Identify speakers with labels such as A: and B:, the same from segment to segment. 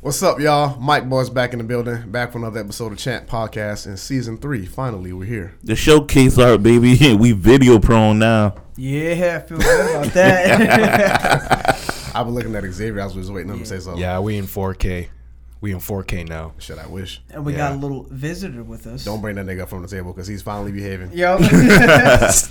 A: What's up, y'all? Mike Boy's back in the building, back for another episode of Chant Podcast in season three. Finally, we're here.
B: The showcase art, baby. we video prone now.
C: Yeah, I feel good about that.
A: I've been looking at Xavier. I was just waiting on him to say something.
D: Yeah, we in 4K. We in 4K now.
A: Shit, I wish.
C: and we
D: Yeah.
C: got a little visitor with us.
A: Don't bring that nigga up from the table because he's finally behaving.
C: Yo.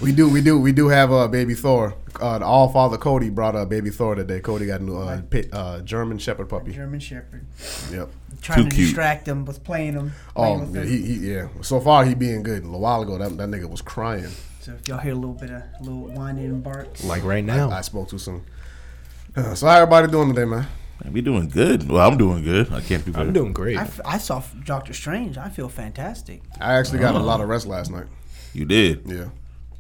A: We do, we do, we do have uh, baby Thor. Uh, the All Father Cody brought uh, baby Thor today. Cody got a new uh, pit, uh, German Shepherd puppy.
C: German Shepherd.
A: Yep.
C: Trying
B: Too
C: to
B: cute.
C: distract him with playing him. Playing
A: Oh,
C: with
A: yeah,
C: him.
A: he, he, yeah. So far, he being good. A little while ago, that, that nigga was crying.
C: So if y'all hear a little bit of a little whining and barks.
D: Like right now.
A: I spoke too soon. Uh, so how everybody doing today, man?
B: Man, we doing good. Well, I'm doing good. I can't be better.
D: I'm doing great.
C: I, f- I saw Doctor Strange. I feel fantastic.
A: I actually got a
D: Uh-huh.
A: lot of rest last night.
B: You did.
A: Yeah,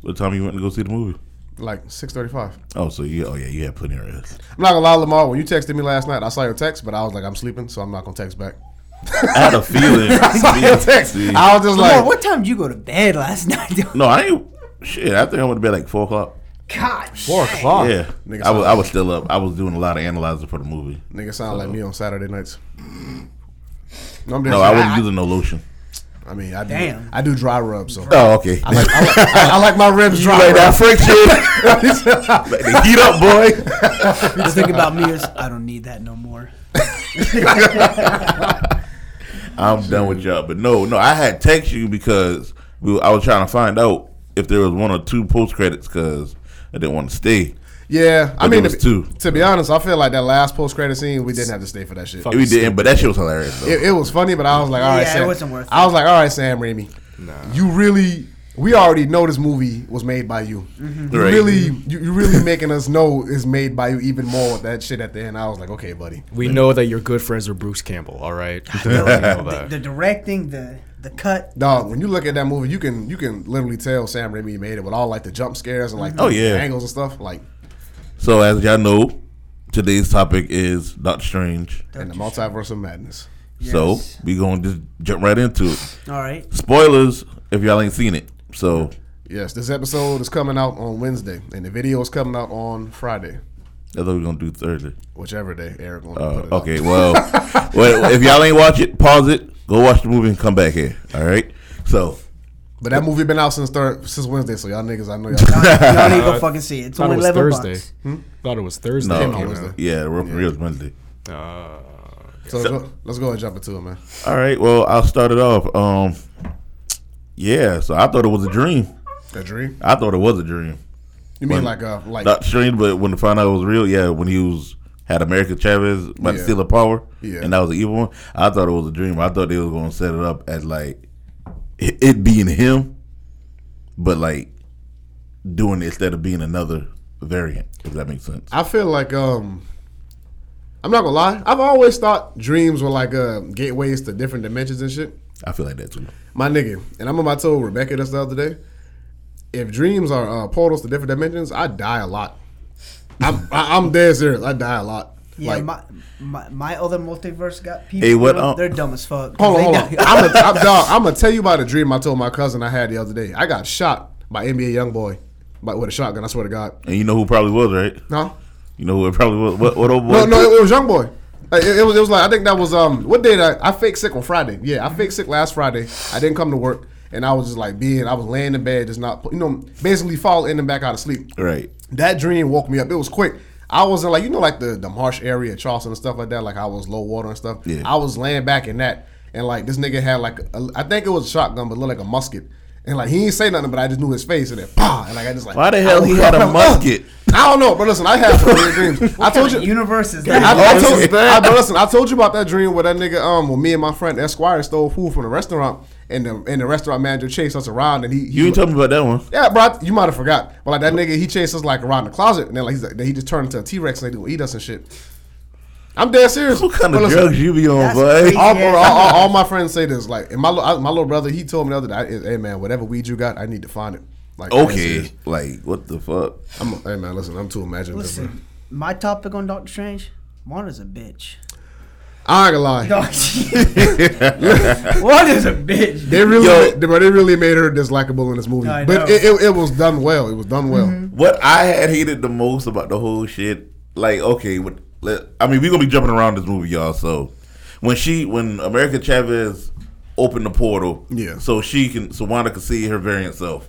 B: What time you went to go see the movie?
A: like six thirty-five.
B: Oh, so you. Oh yeah, you had plenty of rest.
A: I'm not gonna lie, Lamar. When you texted me last night, I saw your text, but I was like, I'm sleeping, so I'm not gonna text back.
B: I had a feeling.
A: I saw your text.
B: See.
A: I was just
C: Lamar,
A: like,
C: what time did you go to bed last night? dude?
B: no, I ain't. Shit, I think I went to bed like four o'clock.
C: God.
D: Four o'clock.
B: yeah,
A: Nigga,
B: I
A: so-
B: was. I was still up. I was doing a lot of analyzing for the movie.
A: Nigga sound like me on Saturday nights. No, I'm just,
B: No,
A: I,
B: I wasn't using no lotion.
A: I mean, I do,
C: Damn.
A: I do dry rub, so I,
B: Oh, okay. I like,
A: like, I like my ribs
B: you
A: dry.
B: like that
A: Rub.
B: friction? like the heat up, boy.
C: The thing about me is I don't need that no more.
B: I'm done with y'all. But no, no, I had text you because we. Were, I was trying to find out if there was one or two post credits because I didn't want to stay.
A: Yeah, I
B: But
A: mean,
B: there was
A: to,
B: two.
A: to be honest, I feel like that last post credit scene, we didn't have to stay for that shit.
D: Fuck.
B: We didn't, but that shit was hilarious. Though.
A: It, it was funny, but I was like, all right,
C: Yeah, it
A: Sam.
C: wasn't worth
A: I was like, all right, Sam Raimi. You really, we already know this movie was made by you.
C: Mm-hmm.
A: You
B: Right.
A: really, you, you really making us know it's made by you even more with that shit at the end. I was like, okay, buddy.
D: We know that you're good friends with Bruce Campbell, all right? We know
C: the,
D: that.
C: the directing, the the cut.
A: Dog, when you look at that movie, you can you can literally tell Sam Raimi made it with all like the jump scares and like
B: Oh,
A: the
B: yeah.
A: angles and stuff. Like
B: So as y'all know, today's topic is Doctor Strange.
A: and the multiverse of madness.
B: So
C: Yes.
B: we gonna just jump right into it.
C: All right.
B: Spoilers if y'all ain't seen it. So
A: Yes, this episode is coming out on Wednesday, and the video is coming out on Friday,
B: that's what we gonna do Thursday.
A: whichever day Eric gonna
B: Uh,
A: put it
B: okay,
A: Up.
B: well, well, if y'all ain't watch it, pause it, go watch the movie and come back here. All right. So
A: But that movie been out since third, since Wednesday, so y'all niggas, I know
C: Oh,
A: y'all.
C: Y'all need to go
D: Uh,
C: fucking see it. It's
D: thought
C: only
D: it was
C: eleven
D: Thursday.
C: bucks.
D: Thought it was Thursday.
B: no,
A: Came out
B: yeah,
A: Wednesday.
B: yeah, real, real is Wednesday.
D: Uh,
A: So, let's go- let's go and jump into it, man.
B: All right. Well, I'll start it off. Um, yeah. So I thought it was a dream.
A: A dream?
B: I thought it was a dream.
A: You mean
B: When-
A: like a like?
B: Doctor Strange, but when the found out it was real, yeah, when he was had America Chavez
A: Yeah.
B: about to steal the power,
A: Yeah.
B: and that was the evil one. I thought it was a dream. I thought they was gonna set it up as like it, it being him, but like doing it instead of being another variant. If that makes sense.
A: I feel like um, I'm not gonna lie. I've always thought dreams were like uh gateways to different dimensions and shit.
B: I feel like that too.
A: My nigga, and I'm about to tell Rebecca this the other day. If dreams are uh, portals to different dimensions, I die a lot. I'm I, I'm dead serious. I die a lot.
C: Yeah,
A: like,
C: my, my my other multiverse got people.
B: Hey, what,
C: bro,
B: um,
C: they're dumb as fuck.
A: hold on,
C: They
A: hold on.
C: got-
A: I'm a, I'm, dog, I'm gonna tell you about a dream I told my cousin I had the other day. I got shot by NBA young boy, by with a shotgun. I swear to God.
B: And you know who probably was right.
A: No.
B: You know who it probably was. What, what old boy?
A: No, no, it, it was Young Boy. Like, It, it was, it was like I think that was um what day did I I faked sick on Friday. Yeah, I faked sick last Friday. I didn't come to work, and I was just like being I was laying in bed, just not you know basically falling and back out of sleep.
B: right.
A: That dream woke me up. It was quick. I was in like you know like the the marsh area, of Charleston and stuff like that. Like I was low water and stuff.
B: Yeah.
A: I was laying back in that, and like this nigga had like a, I think it was a shotgun, but it looked like a musket. And like he ain't say nothing, but I just knew his face, and then pa, and like I just like
B: Why the hell
A: I
B: he
A: woke
B: had
A: up,
B: a
A: I was like, "Ugh."
B: musket?
A: I don't know, but listen, I had some weird dreams. I told
C: What
A: you,
C: universe is
A: I,
C: that?
A: I told, I, but listen, I told you about that dream where that nigga, um, when me and my friend Esquire stole food from the restaurant, and the and the restaurant manager chased us around, and he, he
B: You ain't tell me about that one.
A: yeah, bro, I- you might have forgot, but like that nigga, he chased us like around the closet, and then like, he's like then he just turned into a T Rex and they gonna eat us and shit. I'm dead serious.
B: What kind
A: But
B: of
A: listen,
B: drugs you be on,
C: That's
B: boy?
C: crazy.
A: All,
C: Yeah.
A: all, all- all my friends say this. Like, and my li- I- my little brother, he told me the other day, "Hey man, whatever weed you got, I need to find it." Like, dead serious.
B: Okay. Like what the fuck?
A: I'm, hey man, listen, I'm too imaginative. bro.
C: Listen, my topic on Doctor Strange, Wanda's a bitch.
A: I ain't gonna lie.
C: Wanda's a bitch.
A: They really,
B: Yo.
A: ma- they, but they really made her dislikable in this movie.
C: I
A: but
C: know. Mm-hmm.
A: it, it, it was done well. It was done well.
B: What I had hated the most about the whole shit, like, okay, what? Let, I mean, we're gonna be jumping around this movie, y'all. So when she when America Chavez opened the portal.
A: Yeah.
B: So she can so Wanda could see her variant self.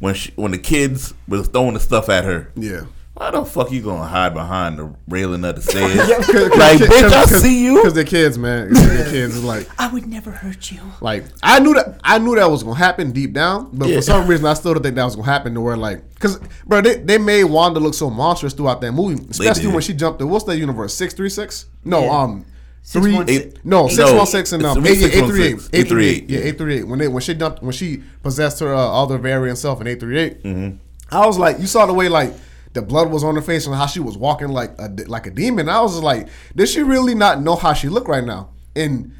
B: When she when the kids was throwing the stuff at her.
A: Yeah.
B: Why the fuck you gonna hide behind the railing of the stairs?
A: Like,
B: like, bitch, I see you.
A: Because they're kids, man. 'Cause they're kids. It's like,
C: I would never hurt you.
A: Like I knew that I knew that was gonna happen deep down, but
B: Yeah.
A: for some reason I still don't think that was gonna happen. To where like, cause bro, they, they made Wanda look so monstrous throughout that movie, especially
B: did.
A: when she jumped to what's that universe six three six? No,
C: Yeah.
A: um,
C: Six
A: three
C: one
A: eight,
C: si-
A: no
B: eight-
A: six one six and
B: No,
A: um
B: it's
A: eight eight three eight
B: 616,
A: eight three eight
B: 838.
A: yeah eight three eight when they when she dumped when she possessed her uh, other variant self in eight three eight. I was like, you saw the way like. The blood was on her face and how she was walking like a de- like a demon. I was just like, did she really not know how she looked right now? And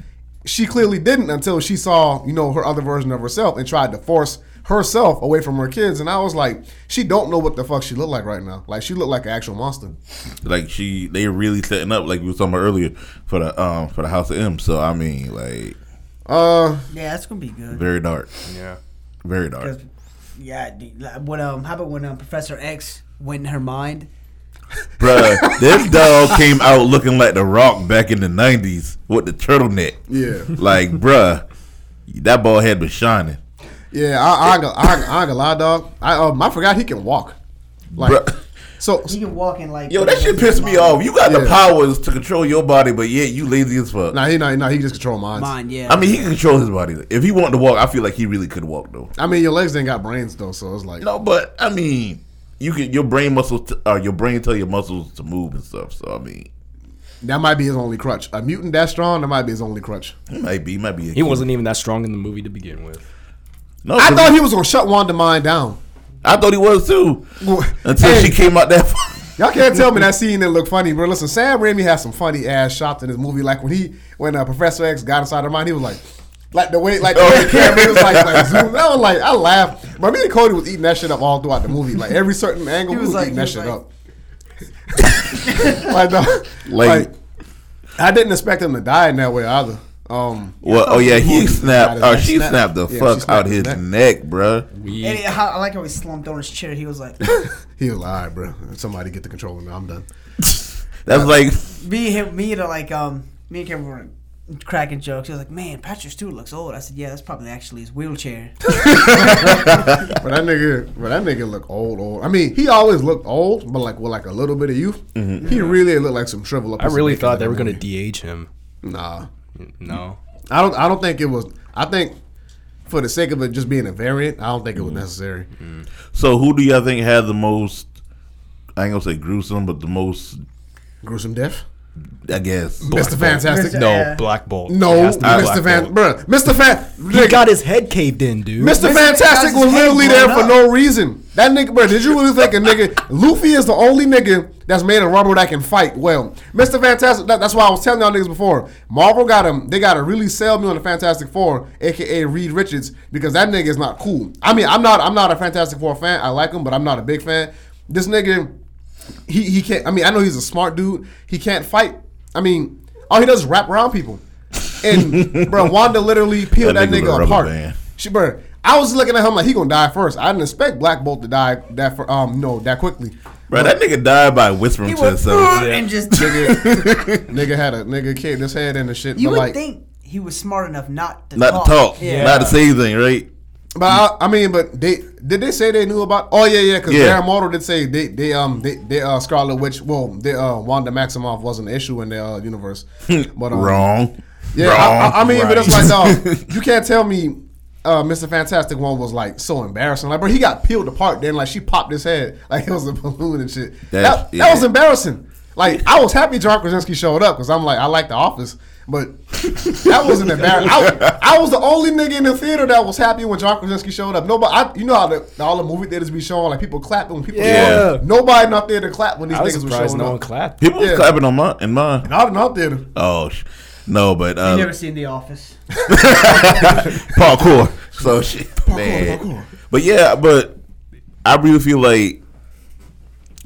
A: she clearly didn't until she saw you know her other version of herself and tried to force herself away from her kids and i was like she don't know what the fuck she looked like right now like she looked like an actual monster
B: Like she, they really setting up like we were talking about earlier for the um for the House of M. So I mean, like
A: uh
C: Yeah, that's gonna be good.
B: very dark,
D: Yeah.
B: very dark.
C: Yeah, dude, like, when um, how about when um, Professor X went in her mind?
B: Bruh, this dog came out looking like The Rock back in the 90s with the turtleneck.
A: Yeah.
B: Like, bruh, that bald head was shining.
A: yeah i i ain't gonna- i, ain't- I ain't gonna lie dog i um i forgot he can walk like
B: Bruh.
A: so
C: He can walk in like
B: Yo, that shit pissed me off. You got the
A: Yeah.
B: powers to control your body, but yet you lazy as fuck.
A: nah he nah, nah, he just control minds
C: Mind, yeah.
B: I mean, he can control his body. If he wanted to walk, I feel like he really could walk, though.
A: i mean your legs ain't got brains though so it's like
B: No, but, I mean, you can, your brain muscles, t- uh, your brain tell your muscles to move and stuff. So, I mean,
A: that might be his only crutch a mutant that strong that might be his only crutch
B: he might be, he might be. A
D: He wasn't even that strong in the movie to begin with.
B: No,
A: i
B: 'cause
A: thought he was gonna shut wanda mind down
B: I thought he was, too. Until
A: Hey.
B: she came out that far.
A: Y'all can't tell me that scene didn't look funny, bro. Listen, Sam Raimi has some funny ass shots in this movie. Like when he, when uh, Professor X got inside her mind, he was like, like the way, like the way the camera was like, like zoomed. I was like, I laughed. But me and Cody was eating that shit up all throughout the movie. Like every certain angle,
C: He
A: we
C: was
A: was
C: like-
A: eating
C: he
A: that
C: was
A: shit
C: like-
A: up. like, no,
B: Like-
A: like, I didn't expect him to die in that way either. Um,
B: Well, oh yeah, he snapped.
A: Got
B: Oh,
A: his
B: she
A: neck snapped.
B: snapped the
A: Yeah, she
B: fuck
A: snapped
B: out
A: his
B: his
A: neck.
B: neck, bruh.
D: We
C: And it- how- I like how he slumped on his chair. He was like,
A: he was like, all right, bro. Somebody get the controller now. I'm done.
B: That's like
C: me, him, me to like um, me and Kevin were cracking jokes. He was like, man, Patrick Stewart looks old. I said, yeah, that's probably actually his wheelchair.
A: But that nigga, but that nigga look old, old. I mean, he always looked old, but like with like a little bit of youth. He really looked like some shrivel up.
D: Mm-hmm. I
A: piece of
D: really
A: dick in
D: thought they
A: that
D: were gonna
A: movie.
D: DH him.
A: Nah,
D: No.
A: I don't. I don't think it was. I think for the sake of it just being a variant, I don't think it
D: Mm-hmm.
A: was necessary.
B: so. Who do y'all think had the most? I ain't gonna say gruesome, but the most,
A: Gruesome death.
B: I guess.
A: Mr. Fantastic. No,
C: Mr.
D: No,
C: Yeah.
D: Black Bolt. It
A: no,
D: has to be
A: Mr.
D: Black
A: Fan,
D: Bolt.
A: bro, Mr. Fan,
D: He got his head caved in, dude.
A: Mr. Fantastic
C: Fantastic's
A: was
C: head
A: literally there
C: blown
A: for
C: up.
A: no reason. That nigga, bro, did you really think a nigga? Luffy is the only nigga that's made of rubber that can fight well. Mr. Fantastic, that, that's why I was telling y'all niggas before. Marvel got him. They got to really sell me on the Fantastic Four, aka Reed Richards, because that nigga is not cool. I mean, I'm not. I'm not a Fantastic Four fan. I like him, but I'm not a big fan. This nigga, he he can't. I mean, I know he's a smart dude. He can't fight. I mean, all he does is wrap around people. And bro, Wanda literally peeled
B: That
A: that,
B: nigga was
A: nigga
B: a rubber
A: apart.
B: band.
A: She bro, I was looking at him like he gonna die first. I didn't expect Black Bolt to die that for um no that quickly.
B: Bro, that nigga died by whispering
C: He
B: to
C: went
B: himself.
C: "Ugh," and just.
A: nigga had a nigga kicked his head in the shit.
C: You
A: but
C: would
A: like,
C: think he was smart enough not to
B: Not
C: talk.
B: to talk,
C: Yeah.
B: not to say anything, right?
A: but I, I mean, but they did they say they knew about? Oh yeah, yeah, because
B: Yeah.
A: Darren Mortal did say they they um they, they uh Scarlet Witch well they uh Wanda Maximoff wasn't an issue in the uh, universe. But um,
B: Wrong.
A: Yeah,
B: Wrong.
A: I, I, I mean, but it's like,
B: Right.
A: dog, you can't tell me uh, Mr. Fantastic one was like so embarrassing. Like, bro, he got peeled apart. Then, like, she popped his head like it was a balloon and shit. that
B: That's-
A: that was
B: yeah.
A: embarrassing. Like, I was happy John Krasinski showed up because I'm like, I like The Office, but that wasn't embarrassing. I, I was the only nigga in the theater that was happy when John Krasinski showed up. Nobody, I, you know how the, all the movie theaters be showing like people clapping when people. show
B: Yeah.
A: up? Nobody not there to clap when these
D: I was
A: niggas were
D: surprised
A: showing
D: no one
A: up.
D: clapped.
B: People was
A: Yeah.
B: clapping on my and mine.
A: Not in our theater.
B: Oh, sh- no, but
C: You
B: uh,
C: never seen The Office.
B: parkour. So shit, man. But yeah, but I really feel like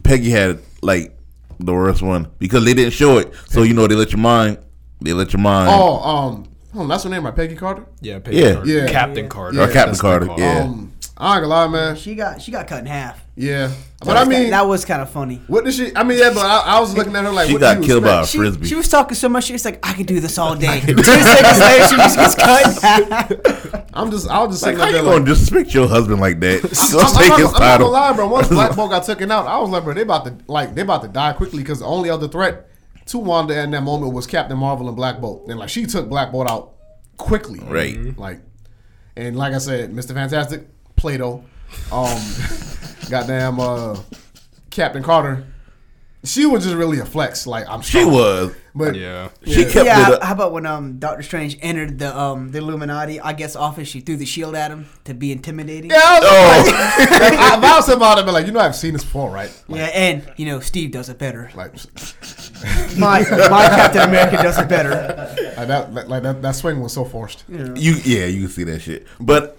B: Peggy had like the worst one because they didn't show it. So you know they let your mind, they let your mind.
A: Oh, um, hold on, that's her name, right? Peggy Carter.
D: Yeah, Peggy
B: Yeah.
D: Carter.
A: Yeah.
D: Captain
A: Yeah.
D: Carter.
B: Or Captain
D: That's
B: Carter,
D: what they call
B: yeah.
D: him.
A: Um, I ain't gonna lie, man.
C: She got she got cut in half.
A: Yeah, but I
C: That-
A: mean,
C: that was kind of funny.
A: what did she? I mean, yeah, but I, I was looking at her like,
B: She
A: what do
B: got
A: you
B: killed by a
A: expect?
C: She,
B: frisbee.
C: she was talking so much. She was like, I could do this all day. Two seconds later, she just gets cut. in half.
A: I'm just, I was just
B: Like,
A: sitting
B: how
A: up
B: you
A: there
B: gonna
A: like.
B: disrespect your husband like that? Don't
A: I'm, I'm
B: take
A: not, gonna-
B: his
A: I'm not
B: title.
A: gonna lie, bro. Once Black Bolt got taken out, I was like, bro, they about to like they about to die quickly because the only other threat to Wanda in that moment was Captain Marvel and Black Bolt, and like she took Black Bolt out quickly,
B: Right. Mhm.
A: Like, and like I said, Mister Fantastic, Plato, um, goddamn, uh, Captain Carter, she was just really a flex. Like I'm,
B: she
A: strong.
B: was.
A: but
D: Yeah.
B: She kept
C: yeah,
B: it up.
C: how about when um Doctor Strange entered the um the Illuminati? I guess office. She threw the shield at him to be intimidating.
A: Yeah, I was
B: Oh.
A: like, like, I, if I was somebody, I'd be like, you know, I've seen this before, right?
C: Yeah, and you know Steve does it better.
A: Like,
C: My my Captain America does it better.
A: like that, like, like that, that swing was so forced.
B: You yeah, you can see that shit. But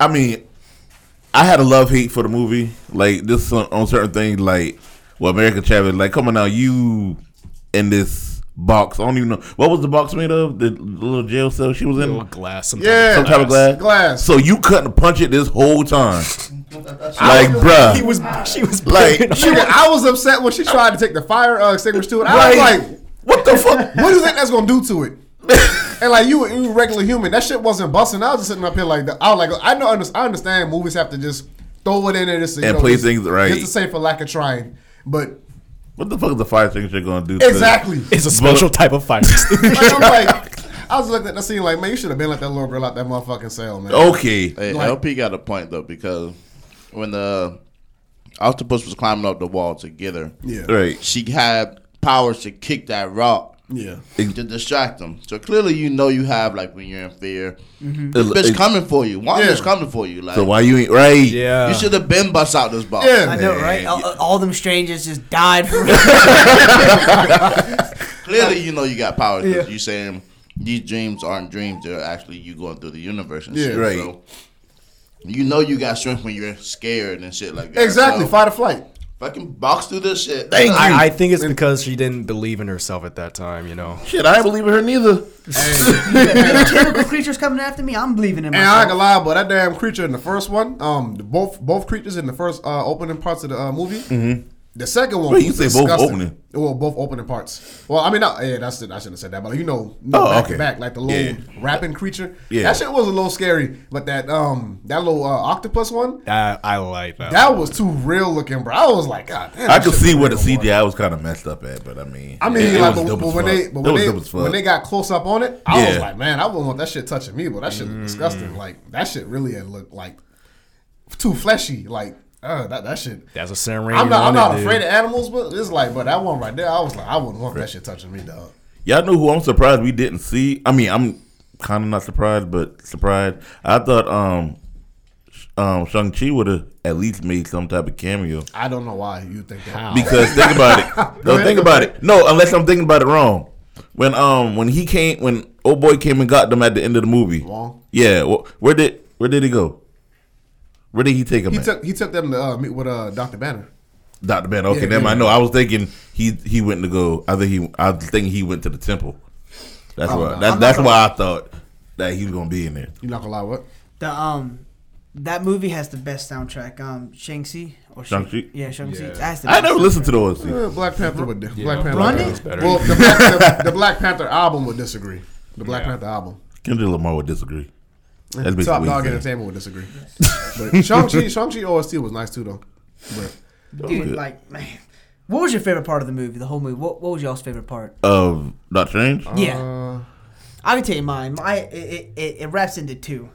B: I mean, I had a love hate for the movie. Like this on, on certain things, like well, America Chavez, like come on now, you in this box. I don't even know what was the box made of. The little jail cell she was in.
D: Little glass. Some
A: Yeah.
B: Some type of glass.
A: Glass.
B: So you couldn't punch it this whole time, like bruh.
D: He was. She was.
B: Like-
D: banging on-
A: She, I was upset when she tried to take the fire uh, extinguisher to it. I was like,
B: what the fuck?
A: what do you think that's gonna do to it? and like you, you a regular human, that shit wasn't busting. I was just sitting up here like that. I was like, I know, I understand movies have to just throw it in there just to, you
B: And
A: know,
B: play
A: just-
B: things right.
A: just to say for lack of trying. But
B: What the fuck is the fire extinguisher gonna do? to-
A: exactly,
D: It's a special type of fire. extinguisher.
A: like, I'm like, I was looking at the scene like, man, you should have been let that little girl out that motherfucking cell, man.
B: Okay.
E: Hey,
A: Like-
E: LP got a point though because when the octopus was climbing up the wall to get her,
A: Yeah.
B: Right.
E: she had powers to kick that rock
A: Yeah.
E: to distract them. So clearly, you know you have like when you're in fear, this bitch
B: Ex-
E: coming for you. Wanda's
A: Mm-hmm. Yeah.
E: coming for you. Like
B: So why you ain't right?
D: yeah.
E: you should have been bust out this box.
A: Yeah.
C: I know, right? All, all them strangers just died. For
E: Clearly, you know you got powers. 'cause
A: Yeah.
E: You saying these dreams aren't dreams; they're actually you going through the universe and
A: Yeah.
E: shit.
B: Right.
E: So you know you got strength when you're scared and shit like that.
A: Exactly.
E: So
A: Fight or flight.
E: fucking box through this shit.
D: I, I think it's because she didn't believe in herself at that time. You know.
B: Shit, I ain't believe in her neither.
C: Chemical creatures coming after me. I'm believing in
A: And I ain't
C: myself.
A: gonna lie, but that damn creature in the first one, um, the both both creatures in the first uh, opening parts of the uh, movie. Mm-hmm. The second one,
B: Wait, you
A: was
B: say both
A: disgusting.
B: opening?
A: Well, both opening parts. Well, I mean, not, yeah, that's I shouldn't have said that, but you know, no,
B: Oh,
A: back
B: okay.
A: to back, like the little
B: Yeah.
A: rapping creature.
B: Yeah.
A: that shit was a little scary, but that um that little uh, octopus one,
D: I, I like that.
A: that was too real looking, bro. I was like, God, damn,
B: I
A: that
B: could
A: shit
B: see
A: was
B: where the
A: real, boy.
B: CGI was kind of messed up at, but I mean,
A: I mean,
B: it- it
A: like,
B: was
A: but,
B: dope
A: but
B: as
A: when
B: fuck.
A: they but
B: It
A: when
B: was
A: they,
B: dope as fuck.
A: when they got close up on it, I was
B: Yeah. Mm-hmm.
A: like, man, I wouldn't want that shit touching me, but that shit looked disgusting. Like that shit really had looked like too fleshy. Like uh, that that shit.
D: That's a Sam
A: I'm not I'm not afraid of animals, but it's like, but that one right there, I was like, I wouldn't want that shit touching me, dog.
B: Y'all know who I'm surprised we didn't see. I mean, I'm kind of not surprised, but surprised. I thought um sh- um Shang Chi would have at least made some type of cameo
A: I don't know why you think that.
B: because think about it. No,
A: ahead,
B: think
A: go
B: about it. No, unless I'm thinking about it wrong. When um when he came when old boy came and got them at the end of the movie.
A: Wong?
B: Yeah, wh- where did where did he go? Where did he take him?
A: He
B: at?
A: took he took them to uh, meet with uh, Doctor Banner.
B: Doctor Ben. Okay,
A: Yeah,
B: never
A: yeah.
B: mind. No, I was thinking he he went to go. I think he I was thinking he went to the temple. That's
A: Oh, no.
B: why. That's
A: I'm not
B: that's
A: gonna-
B: why I thought that he was gonna be in there.
A: You not gonna lie, what?
C: The um, that movie has the best soundtrack. Um, Shang-Chi or Shang-
B: Shang-Chi?
C: Yeah, Shang-Chi.
D: Yeah.
C: That has the
B: I
C: best
B: never
C: soundtrack.
B: listened to those.
A: Uh, Black Panther would di- Black Panther.
C: Run
A: would-
C: it?
D: better.
A: Well, the Black, the, the Black Panther album would disagree. The Black
D: Yeah.
A: Panther album.
B: Kendrick Lamar would disagree. That's basically
A: Top
B: what he
A: Dog
B: said.
A: Entertainment would disagree. But Shang-Chi, Shang-Chi OST was nice too, though. But
C: Dude, like man, what was your favorite part of the movie? The whole movie. What What was y'all's favorite part?
B: Of Doctor Strange.
C: yeah,
A: uh,
C: I can tell you mine. My it, it- it, it wraps into two.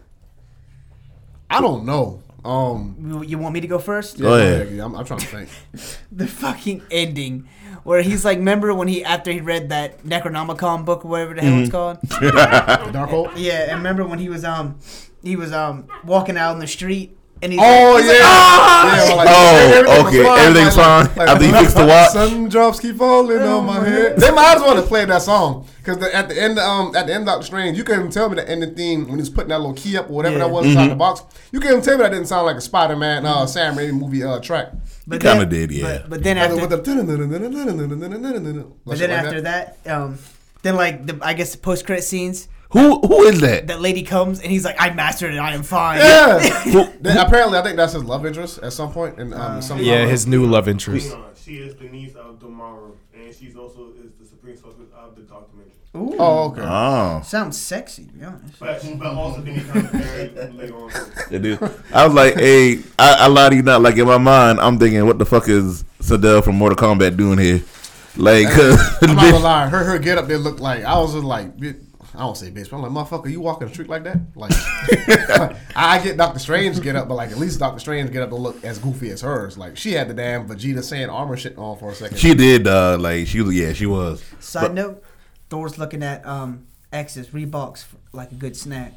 A: I don't know. Um,
C: You you want me to go first?
B: Go ahead.
A: yeah, I'm, I'm trying to think.
C: The fucking ending, where he's like, remember when he after he read that Necronomicon book or whatever the hell it's called?
A: Mm-hmm. The Dark Hole.
C: Yeah, and remember when he was um he was um walking out in the street and he's
A: Oh
C: like, "Ah!" he's
A: yeah.
C: like,
A: Yeah, well, like, everything
B: Oh,
A: was
B: okay.
A: fine,
B: Everything's fine. After you fix the watch.
A: Sun drops keep falling on my head. They might as well have played that song because at the end, um, at the end of Doctor Strange, you couldn't tell me the ending theme when he was putting that little key up or whatever
C: Yeah.
A: that was inside the
B: Mm-hmm.
A: box. You couldn't tell me that didn't sound like a Spider-Man, uh, Sam Raimi movie uh, track.
C: But
B: Kinda
C: then-
B: did, yeah.
C: But, but then
A: With
C: after,
A: the-
C: but then after that, um, then like the I guess the post credit scenes
B: Who who is that?
C: That lady comes and he's like, I mastered it. I am fine.
A: Yeah. Then apparently, I think that's his love interest at some point, and
C: Uh,
A: um, some
D: Yeah, his new love interest.
F: Uh, she is Denise Abdelmaru, and she's also is the supreme source of the documentary.
A: Oh, okay.
B: Oh,
C: Sounds sexy, to be honest.
F: But, but also Denise Abdelmaru later on.
B: it is. I was like, hey, I, I lie to you not. Like in my mind, I'm thinking, what the fuck is Sadell from Mortal Kombat doing here? Like, cause
A: I'm not gonna lie. Her her get up there looked like I was just like. bi- I don't say bitch, but I'm like, motherfucker, you walking the street like that? Like, I get Doctor Strange get up, but like at least Doctor Strange get up to look as goofy as hers. Like, she had the damn Vegeta Saiyan armor shit on for a second.
B: she did. Uh, like she was. Yeah, she was.
C: Side note, Thor's looking at um X's Reeboks for, like a good snack.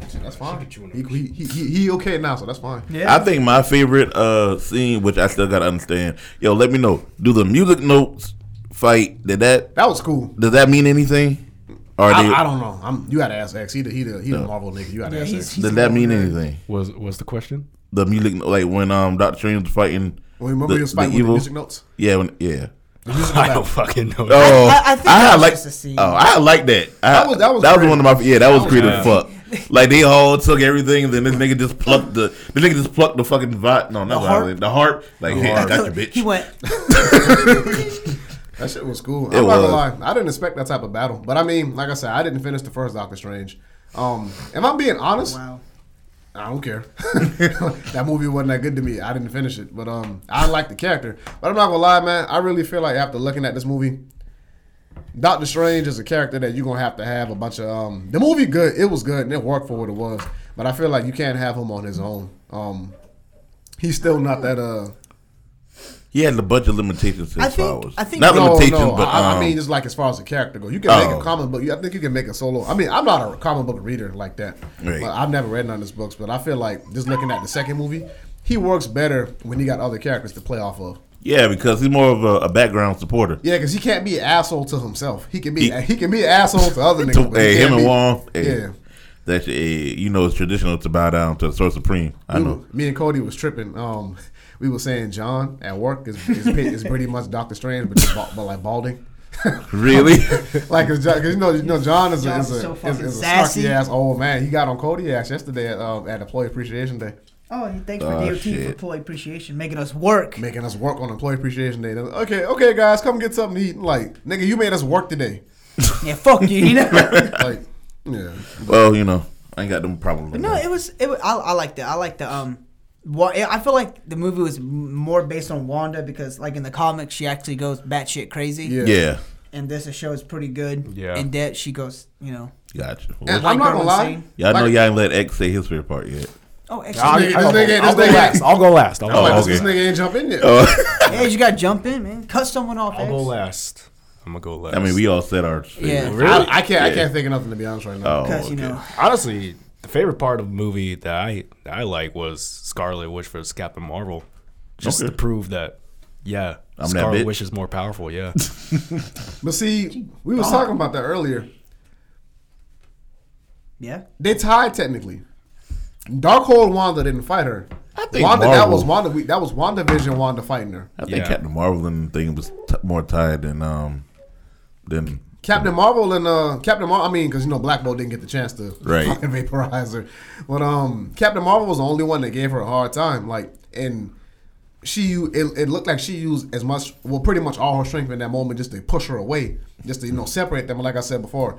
A: that's fine. He, he, he, he- he okay now, so that's fine.
C: Yeah.
B: I think my favorite uh scene, which I still gotta understand. Yo, let me know. Do the music notes fight? Did that
A: That was cool.
B: does that mean anything? Or
A: I,
B: did,
A: I don't know. I'm you gotta ask X. He the he the, he the Marvel nigga. You gotta
C: Yeah,
A: ask
C: he's,
A: X.
C: he's
B: did that mean anything?
D: Was was the question?
B: The music, like when um Doctor Strange was fighting.
A: Well, remember
B: the-
A: he was fighting with
B: the
A: the
B: evil-
A: music notes.
B: Yeah, when, yeah.
A: The music
D: I
A: notes.
D: don't fucking know.
B: Oh,
C: I- I think that was just a scene.
B: Oh, I like that. I, that was that was
A: creative.
B: one of my yeah. That was creative as fuck. Like they all took everything, and then this nigga just plucked the the nigga just plucked the fucking vi No, not the
C: harp?
B: harp. The harp. Like hey, I got your bitch.
C: He went.
A: That shit was cool.
B: It
A: I'm
B: was.
A: not gonna lie. I didn't expect that type of battle. But I mean, like I said, I didn't finish the first Doctor Strange. Um, am I being honest?
C: Wow.
A: I don't care. that movie wasn't that good to me. I didn't finish it. But um I like the character. But I'm not gonna lie, man, I really feel like after looking at this movie, Doctor Strange is a character that you're gonna have to have a bunch of um the movie good, it was good and it worked for what it was. But I feel like you can't have him on his own. Um he's still not that uh
B: He had a bunch of limitations to his
C: I think-
B: powers.
C: I think-
B: not
A: No,
B: limitations,
A: no.
B: but
A: I, I
B: um,
A: mean, just like as far as the character go, you can make
B: Oh.
A: a comic book. you- I think you can make a solo. I mean, I'm not a comic book reader like that.
B: Right.
A: But I've never read none of his books, but I feel like just looking at the second movie, he works better when he got other characters to play off of.
B: yeah, because he's more of a, a background supporter.
A: Yeah, because he can't be an asshole to himself. He can be
B: He-
A: he, can be an asshole to other
B: To-
A: niggas. but he
B: hey, him
A: can't
B: and
A: be-
B: Wong. Hey,
A: Yeah.
B: That's eh, you know it's traditional to bow down to the Source Supreme. I
A: We
B: know.
A: were- me and Cody was tripping. Um, we were saying John at work is is, pe- is pretty much Doctor Strange, but just ba- but like balding.
B: Really?
A: like, cause, Jo- 'cause you know, you know, John is a,
C: John's
A: is a,
C: so
A: is,
C: fucking
A: is a
C: sassy.
A: snarky ass old man. He got on Cody ass yesterday at, um, at Employee Appreciation Day,
C: Oh, and thanks for
B: Oh,
C: DOT
B: shit.
C: for employee appreciation, making us work.
A: making us work on Employee Appreciation Day. They're like, okay, okay, guys, come get something to eat. Like, nigga, you made us work today.
C: Yeah, fuck you. You know.
A: Like, yeah,
B: well, you know, I ain't got them problems.
C: no, it was. It. wa- I, I liked it. I liked the um. Well, I feel like the movie was m- more based on Wanda because, like in the comics, she actually goes batshit crazy.
A: Yeah.
B: yeah.
C: And this the show is pretty good.
D: Yeah.
C: In that she goes, you know.
B: Gotcha.
A: and
C: Like
A: I'm not
C: Girl
A: gonna lie.
C: Insane.
B: y'all know
A: Like-
B: y'all ain't let X say his favorite part yet.
C: Oh,
A: I-
C: actually,
A: nigga- this nigga- this
D: I'll go
A: nigga-
D: last. I'll go last. I'll
A: I'm
D: go
A: like,
B: Oh,
D: last.
A: this- this
B: okay. Oh.
A: nigga ain't jump in yet.
C: yeah, you gotta jump in, man. Cut someone off.
D: I'll
C: X.
D: go last. I'm gonna go last.
B: I mean, we all said our.
C: Yeah.
B: favorite.
D: Really?
A: I, I can't. I can't think of nothing to be honest right now.
B: Oh,
C: Because you
B: okay.
C: know,
D: Honestly, the favorite part of the movie that I that I like was Scarlet Witch versus Captain Marvel, just to
B: Okay.
D: prove that, yeah,
B: I'm that
D: Scarlet
B: bitch.
D: Witch is more powerful. Yeah,
A: But see, we was talking about that earlier.
C: yeah.
A: They tied technically. Darkhold Wanda didn't fight her. I
B: think
A: Wanda, that
B: Marvel-
A: was Wanda. we- That was WandaVision. Wanda fighting her.
B: I think
D: Yeah.
B: Captain Marvel and thing was t- more tied than um than
A: Captain Marvel and uh, Captain Marvel. I mean, because you know Black Bolt didn't get the chance to
B: Right.
A: fucking vaporize her, but um, Captain Marvel was the only one that gave her a hard time. Like, and she, u- it, it looked like she used as much, well, pretty much all her strength in that moment just to push her away, just to you know separate them. Like I said before,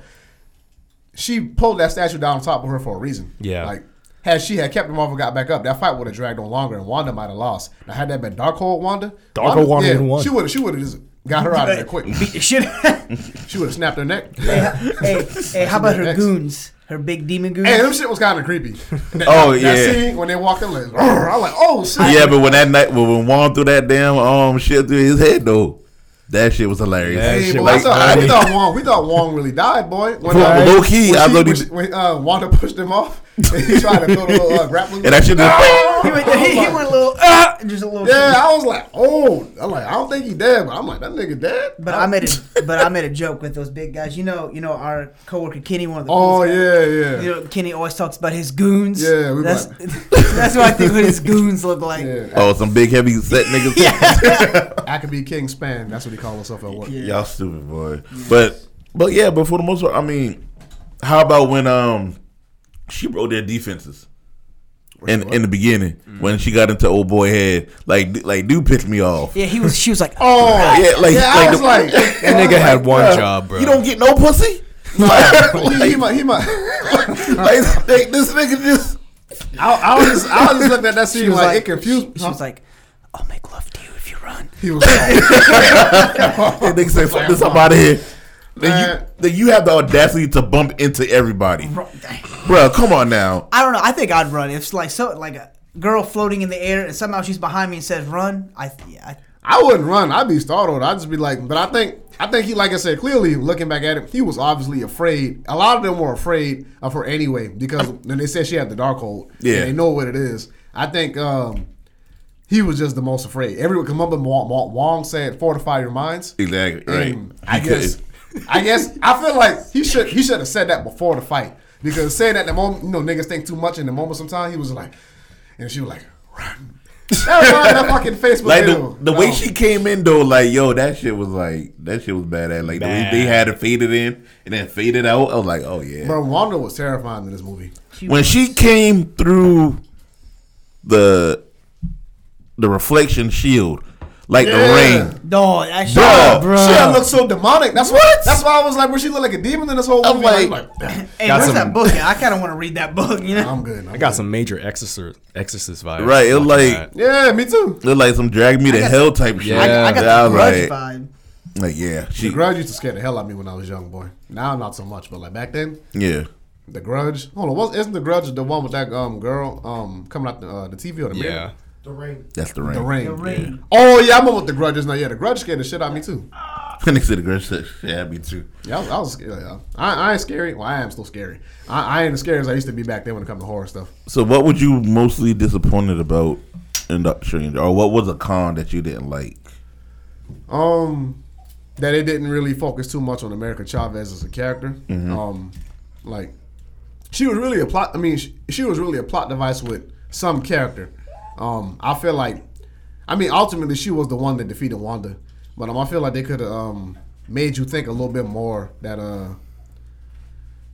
A: she pulled that statue down on top of her for a reason.
D: Yeah.
A: like. Had she had Captain Marvel got back up, that fight would have dragged on longer, and Wanda might have lost. Now, had that been Darkhold Wanda,
D: Darkhold Wanda would've won.
A: She would have, she would have just got her out of there quick.
C: Beat the shit. hey,
A: She would have snapped her neck.
C: hey, hey, how about her
A: X.
C: goons? Her big demon goons.
A: Hey, them shit was kind of creepy. That-
B: Oh,
A: that
B: yeah.
A: scene when they walked in, like, "Arr," I'm like, oh shit.
B: yeah. But when that night, when, when Juan threw that damn um shit through his head though, that shit was hilarious.
D: That
A: Hey,
D: shit
A: boy,
D: was
A: I thought, we
D: funny.
A: thought Wong, we thought Wong really died, boy. When, uh,
B: Well, low key,
A: when
B: I
A: she-
B: thought he-
A: when she- when, uh, Wanda pushed him off, and he tried to throw the little uh, grappling.
B: and that shit
C: he,
B: just
C: went, he, he went a little, uh, just a little.
A: ah! yeah, I was like, oh, I'm like, I don't think he dead, but I'm like, that nigga dead.
C: But I made a, but I made a joke with those big guys. You know, you know our coworker Kenny, one of the.
A: Oh
C: coolest guys.
A: yeah, yeah.
C: You know, Kenny always talks about his goons.
A: Yeah, we
C: that's that's what I think what his goons look like.
A: Yeah.
B: oh some big heavy set niggas.
A: I could be King Span. That's what he called himself at work.
B: Y'all stupid boy. But but yeah, but for the most part, I mean, How about when um she broke their defenses in in the beginning
A: Mm.
B: when she got into old boy head like d- like dude pissed me off.
C: Yeah, he was. She was like, "Oh,
A: Oh,
B: Yeah, like-
A: yeah,
B: like
A: I was
B: the-
A: like,
D: That nigga had one job, bro.
B: You don't get no pussy.
A: he, he might, he might.
B: like, like, this nigga just
A: I, I was just, I was just looking at that
C: she
A: scene
C: was
A: like,
C: like,
A: it confused.
C: She, she was like, "I'll make love to you if you run."
A: he was like,
B: that nigga say fuck this I'm out of here. Then you,
A: Man.
B: then you have the audacity to bump into everybody, bro. Come on now.
C: I don't know. I think I'd run if like so like a girl floating in the air and somehow she's behind me and says, "Run." I, yeah, I
A: I wouldn't run. I'd be startled. I'd just be like, but I think, I think he, like I said, clearly looking back at it, he was obviously afraid. A lot of them were afraid of her anyway because when they said she had the dark hold,
B: Yeah.
A: and they know what it is. I think um, he was just the most afraid. Everyone, come up and Wong, Wong, Wong said, "Fortify your minds."
B: Exactly. Right.
D: Mm.
A: And Mm, I
B: He
A: guess,
B: couldn't-
A: I guess, I feel like he should he should have said that before the fight because saying that the moment, you know, niggas think too much in the moment. Sometimes he was like, and she was like, run. That was on that fucking Facebook
B: Like the,
A: video.
B: the way
A: No.
B: she came in though, like yo, that shit was like that shit was badass. Like
D: Bad.
B: the way they had it faded in and then faded out, I was like, oh yeah.
A: Bro, Wanda was terrifying in this movie.
B: when she came through the the reflection shield, like
A: Yeah.
B: the rain,
C: no. That shit,
B: Bruh.
D: Uh.
A: She had looked so demonic. That's what. That's why I was like, bro, she looked like a demon in this whole
B: I'm
A: movie. Like,
B: like-
A: like,
C: Hey,
D: Got
C: where's
D: some-
C: that book? at? I kind of want to read that book. You know,
A: I'm good. I'm
D: I got
A: good.
D: some major exorcist exorcist vibes.
B: Right, it
D: watching
B: like-
D: that.
A: Yeah, me too.
B: look like some drag me to
C: got-
B: hell type shit.
D: I-
C: I
D: Yeah,
C: got
B: That
C: the
B: I
C: grudge
B: was like,
C: vibe.
B: like yeah, she
A: The Grudge used to scare the hell out of me when I was young, boy. Now not so much, but like back then,
B: yeah.
A: The Grudge. Hold on, was, isn't The Grudge the one with that um girl um coming out the, uh, the TV or the mirror?
D: yeah.
F: The rain.
B: That's the rain.
A: The Ring.
C: The ring.
A: Oh yeah, I'm on with The Grudge just now. Yeah, The Grudge scared the shit out of me too.
B: Next to the grudge, shit, yeah, me too.
A: Yeah, I was, I was scared. Yeah. I, I ain't scary. Well, I am still scary. I, I ain't as scary as I used to be back then when it comes to horror stuff.
B: So, what were you mostly disappointed about in Doctor Strange, or what was a con that you didn't like?
A: Um, that it didn't really focus too much on America Chavez as a character.
B: Mm-hmm.
A: Um, like she was really a plot. I mean, she, she was really a plot device with some character. Um, I feel like, I mean, ultimately she was the one that defeated Wanda, but um, I feel like they could have um made you think a little bit more that uh.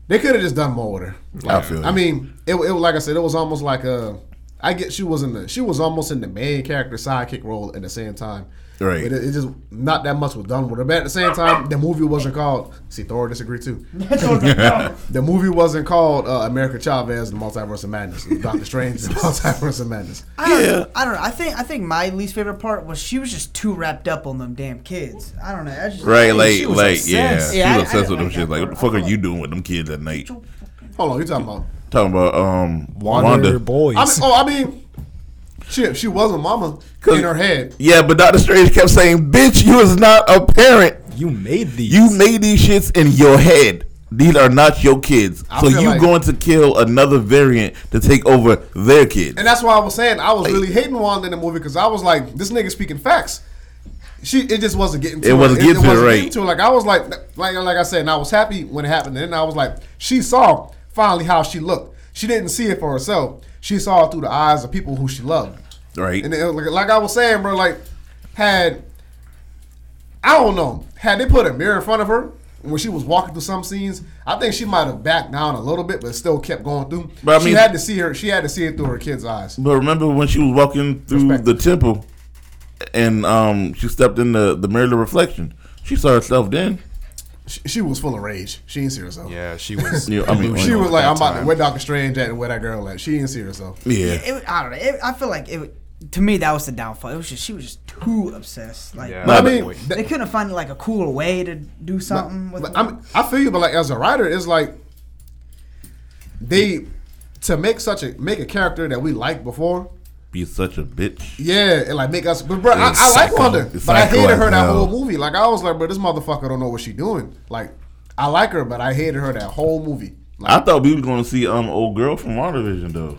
A: They could have just done more with her.
B: I feel.
A: I
B: you.
A: mean, it, it like I said, it was almost like a. I get she was in the she was almost in the main character sidekick role at the same time.
B: Right.
A: But it, it just not that much was done with her. But at the same time, the movie wasn't called. See, Thor disagreed too. the movie wasn't called uh, America Chavez and the Multiverse of Madness. It was Doctor Strange and the Multiverse of Madness.
C: I don't, yeah. I don't know. I think I think my least favorite part was she was just too wrapped up on them damn kids. I don't know. That's just,
B: right, like,
D: she was
B: like, yeah,
D: obsessed.
B: she
C: Yeah, I- I
B: was obsessed
C: didn't
B: with them
C: like
B: shit.
C: that
B: Like,
C: part.
B: what the fuck are you doing with them kids at night?
A: Hold on, you talking about?
B: Talking about um
D: Wander
B: Wanda.
D: boys.
A: I mean, oh, I mean, she she was a mama in her head.
B: Yeah, but Doctor Strange kept saying, "Bitch, you is not a parent.
D: you made these.
B: You made these shits in your head. These are not your kids.
A: I
B: so
A: feel
B: you
A: like-
B: going to kill another variant to take over their kids."
A: And that's why I was saying I was really hating Wanda in the movie because I was like, this nigga speaking facts. She it just wasn't getting to
B: It
A: her.
B: wasn't getting to her, right.
A: to her. Like I was like like like I said, and I was happy when it happened. And then I was like, she saw finally how she looked. She didn't see it for herself. She saw it through the eyes of people who she loved.
B: Right.
A: And it, was like, like I was saying, bro, like had I don't know, had they put a mirror in front of her when she was walking through some scenes, I think she might have backed down a little bit, but still kept going through.
B: But I
A: she
B: mean-
A: had to see her. She had to see it through her kids' eyes.
B: But remember when she was walking through
A: Respect.
B: the temple, and um, she stepped in the the mirror of reflection. She saw herself then.
A: she, she was full of rage. She didn't see herself.
D: yeah, she was.
B: Yeah, I mean,
A: She
B: Oh,
A: was
D: at
A: like,
D: that
A: I'm about to
D: time.
A: where Doctor Strange at and where that girl at. She didn't see herself.
B: Yeah.
C: It, it, I don't know. It, I feel like it. To me, that was the downfall. It was just she was just too obsessed. Like
D: Yeah.
A: But I
B: Nah,
A: mean,
D: but-
A: that-
C: they couldn't find like a cooler way to do something. with
A: but
C: it.
A: I'm, I feel you, but like as a writer, it's like they to make such a make a character that we liked before.
B: Be such a bitch.
A: Yeah, and like make us. But bro, I,
B: It's
A: I like
B: psycho.
A: Wanda,
B: It's
A: but I
B: psycho
A: hated
B: as
A: her that
B: hell.
A: whole movie. Like I was like, bro, this motherfucker don't know what she doing. Like I like her, but I hated her that whole movie. Like,
B: I thought we were going to see um old girl from WandaVision though.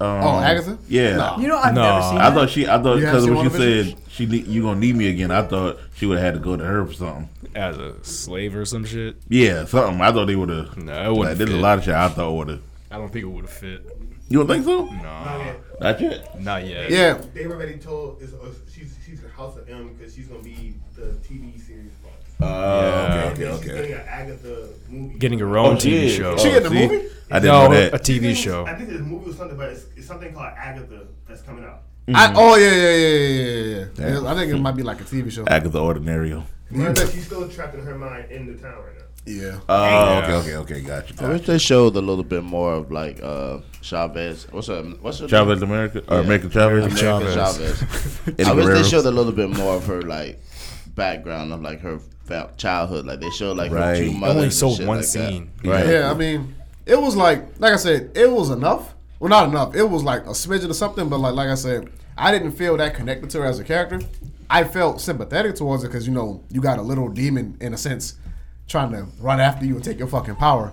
B: Um,
A: oh, Agatha.
B: Yeah.
A: Nah.
C: you know, I've
D: No.
C: never seen.
B: I
C: that.
B: thought she. I thought
A: You
B: because
A: haven't
B: when she
A: seen WandaVision?
B: said she need, you gonna need me again, I thought she would have had to go to her for something.
D: as a slave or some shit.
B: Yeah, something. I thought they would have.
D: No, it
B: Like,
D: wouldn't.
B: there's a
D: fit.
B: lot of shit I thought would have.
D: I don't think it would have fit.
B: You don't think so?
D: No,
F: uh,
B: Not yet.
D: not yet.
A: Yeah,
F: They already told is uh, she's she's the House of M because she's gonna be the TV series boss.
B: Oh,
D: Yeah.
B: okay, okay,
F: Getting
B: okay.
F: an Agatha movie.
D: Getting her own
E: Oh, she
D: TV
E: is.
D: show.
E: Oh,
A: She in the
E: see?
A: movie?
B: I didn't
D: no,
B: know
D: a
B: that.
D: TV
F: I
D: show.
F: think there's a movie or something, but it's, it's something called Agatha that's coming out.
B: Mm-hmm.
A: I, oh yeah, yeah, yeah, yeah, yeah, yeah. yeah. I think it might be like a TV show.
B: Agatha Ordinario.
F: Right now, she's still trapped in her mind in the town right now.
A: Yeah.
B: Oh,
D: Yeah.
B: okay, okay, okay. Gotcha.
E: I
B: gotcha.
E: wish they showed a little bit more of like uh, Chavez. What's her? What's her? name?
B: Chavez America or American Chavez.
E: America
D: Chavez.
E: Chavez.
B: Eddie
E: I wish
B: Guerrero.
E: they showed a little bit more of her like background of like her fa- childhood. Like they showed like her
B: Right.
E: two
B: Only
E: mothers.
D: Only
E: and
D: sold
E: shit
D: one
E: like that.
D: scene.
B: Right.
A: Yeah, I mean, it was like, like I said, it was enough. Well, not enough. It was like a smidgen or something, but like, like I said, I didn't feel that connected to her as a character. I felt sympathetic towards it because you know you got a little demon in a sense trying to run after you and take your fucking power.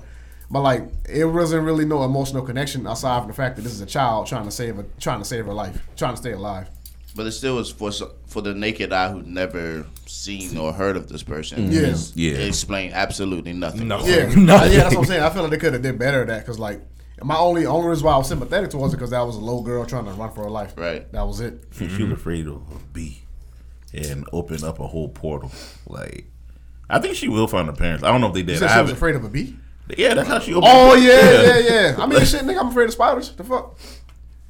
A: But like, it wasn't really no emotional connection aside from the fact that this is a child trying to save a trying to save her life, trying to stay alive.
E: But it still was for so- for the naked eye who never seen or heard of this person.
A: Yeah.
E: It's-
B: Mm-hmm. Yeah.
E: It explained absolutely nothing.
D: No.
A: Yeah,
D: Nothing.
A: yeah, that's what I'm saying. I feel like they could have did better at that because, like, my only only reason why I was sympathetic towards it because that was a little girl trying to run for her life.
E: Right.
A: That was it.
B: She she was afraid of a bee and opened up a whole portal. Like, I think she will find her parents. I don't know if they
A: You
B: did. I
A: said she was
B: haven't-
A: afraid of a bee.
B: Yeah, that's how she opened.
A: Oh yeah, yeah, yeah. I mean, shit, nigga, I'm afraid of spiders. The fuck.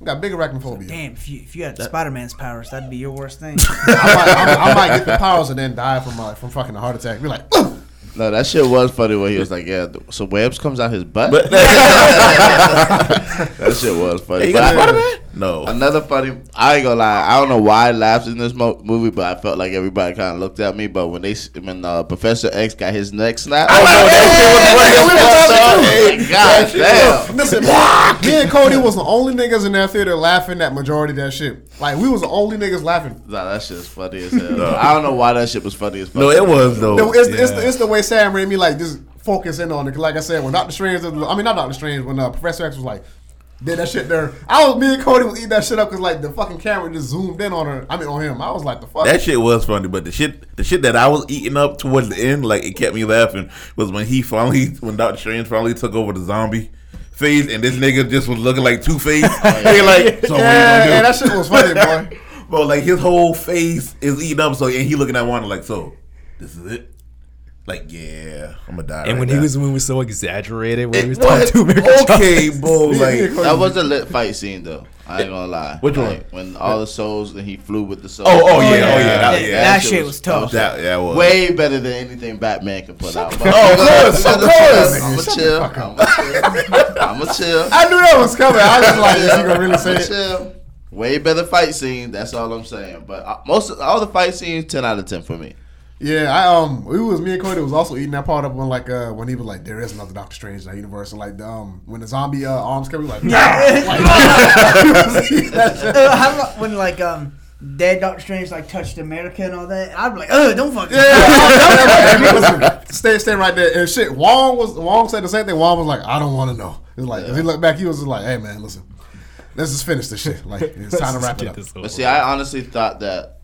A: I got big arachnophobia.
C: Damn, if you if you had Spider Man's powers, that'd be your worst thing.
A: I might, I, I might get the powers and then die from my from fucking a heart attack. Be like, "Ugh."
E: No, that shit was funny when he was like, "Yeah." th- So Webbs comes out his butt.
B: But-
E: that shit was funny.
B: Hey, you
E: But
B: got
E: I-
B: Spider-Man? No.
E: Another funny. I ain't gonna lie. I don't know why I laughed in this mo- movie, but I felt like everybody kind of looked at me. But when they, s- when uh, Professor X got his neck snapped, I know that shit was funny. as fuck, dog. Hey, God damn.
A: listen, me and Cody was the only niggas in that theater laughing at majority of that shit. Like, we was the only niggas laughing.
E: Nah, that shit's funny as hell. I don't know why that shit was funny as fuck.
B: No, it was though.
A: No, it's, it's,
B: Yeah.
A: the, it's the way Sam Raimi like just focus in on it. 'Cause Like I said, when Doctor Strange, I mean not Doctor Strange, when uh, Professor X was like did that shit there. I was me and Cody was eating that shit up because like the fucking camera just zoomed in on her. I mean on him. I was like the fuck.
B: That shit was funny, but the shit the shit that I was eating up towards the end, like it kept me laughing, was when he finally when Doctor Strange finally took over the zombie phase and this nigga just was looking like two face. He like so
A: yeah, yeah, that shit was funny, boy.
B: Bro, like his whole face is eaten up, so and he looking at Wanda like, so this is it? Like, yeah, I'm gonna die.
D: And
B: right
D: when
B: now.
D: he was when he was so exaggerated when he was
B: it
D: talking to American
B: was, okay,
D: Chavez.
B: bro, like
E: That was a lit fight scene though. I ain't gonna lie.
B: Which one?
E: Like, When all the souls and he flew with the souls.
B: Oh, oh yeah, oh yeah,
C: yeah.
B: that,
C: That-
B: yeah.
C: that shit was tough.
B: That, yeah, it was.
E: Way better than anything Batman can put out. Oh,
B: course, of course.
E: I'm gonna chill. I'm gonna chill. I'm gonna chill.
A: I knew that was coming. I was just like, is he gonna really
E: I'ma
A: say it?
E: chill. Way better fight scene. That's all I'm saying. But uh, most of, all the fight scenes, ten out of ten for me.
A: Yeah, I um, it was me and Cody was also eating that part up when like uh when he was like, there is another Doctor Strange in that universe, and like the, um when the zombie uh, arms came, we like, nah.
C: Uh, how do I- when like um dead Doctor Strange like touched America and all that, I'd be like, oh, don't fuck.
A: Yeah, I'm- I'm- I'm- listen, stay, stay right there. And shit, Wong was Wong said the same thing. Wong was like, I don't want to know. It's like if he looked back, he was just like, Hey man, listen, let's just finish this shit. Like it's time to wrap it
D: Get
A: up.
D: this over.
E: But see, I honestly thought that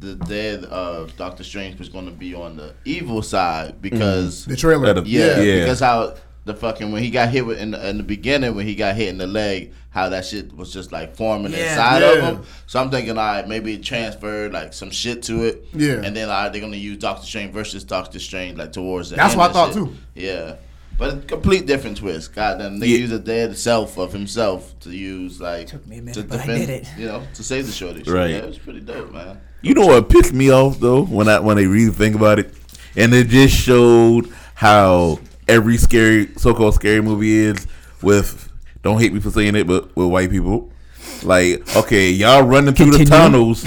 E: the dead of Doctor Strange was going to be on the evil side because
A: The trailer.
B: Let him-
E: Yeah,
B: Yeah.
E: because how the fucking when he got hit with in the, in the beginning when he got hit in the leg, how that shit was just like forming
C: Yeah.
E: inside
A: Yeah.
E: of him. So I'm thinking, all right, maybe it transferred like some shit to it.
A: Yeah.
E: and then all right, they're gonna use Doctor Strange versus Doctor Strange like towards the
A: That's
E: end
A: what I
E: and
A: thought,
E: shit.
A: too.
E: Yeah. But a complete different twist. Goddamn, they
B: Yeah.
E: use a dead self of himself to use like
C: Took me a minute,
E: to
C: but I
E: defend,
C: did it.
E: you know, to save the shortage.
B: Right.
E: yeah, it was pretty dope, man.
B: You know what pissed me off though when I when they really think about it, and it just showed how every scary so-called scary movie is with don't hate me for saying it, but with white people. Like, okay, y'all running through the tunnels.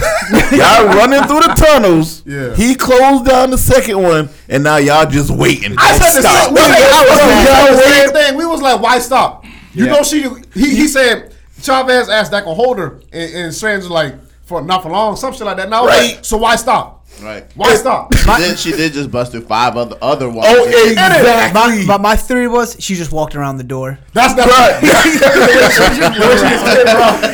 B: y'all running through the tunnels.
A: Yeah.
B: He closed down the second one, and now y'all just waiting.
A: I said the
B: Stop.
A: same thing. I was like,
B: Y'all
A: the
B: waiting.
A: same thing. We was like, why stop? You know she. He, he said Chavez asked that can hold her, and, and Strange was like for not for long, some shit like that. Now
B: Right.
A: like, so why stop?
E: Right.
A: Why stop?
E: She did, she did just bust through five other other ones.
B: Oh,
E: Yeah.
B: exactly.
C: But my theory was she just walked around the door.
A: That's not right.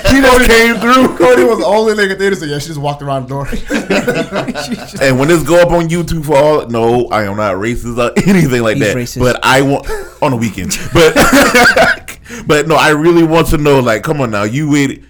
B: He just came through.
A: Cody was the only nigga theater. So yeah, she just walked around the door.
B: And when this go up on YouTube for all, no, I am not racist or anything like
C: He's
B: that.
C: racist.
B: But I want on the weekends. But but no, I really want to know. Like, come on now, you waited.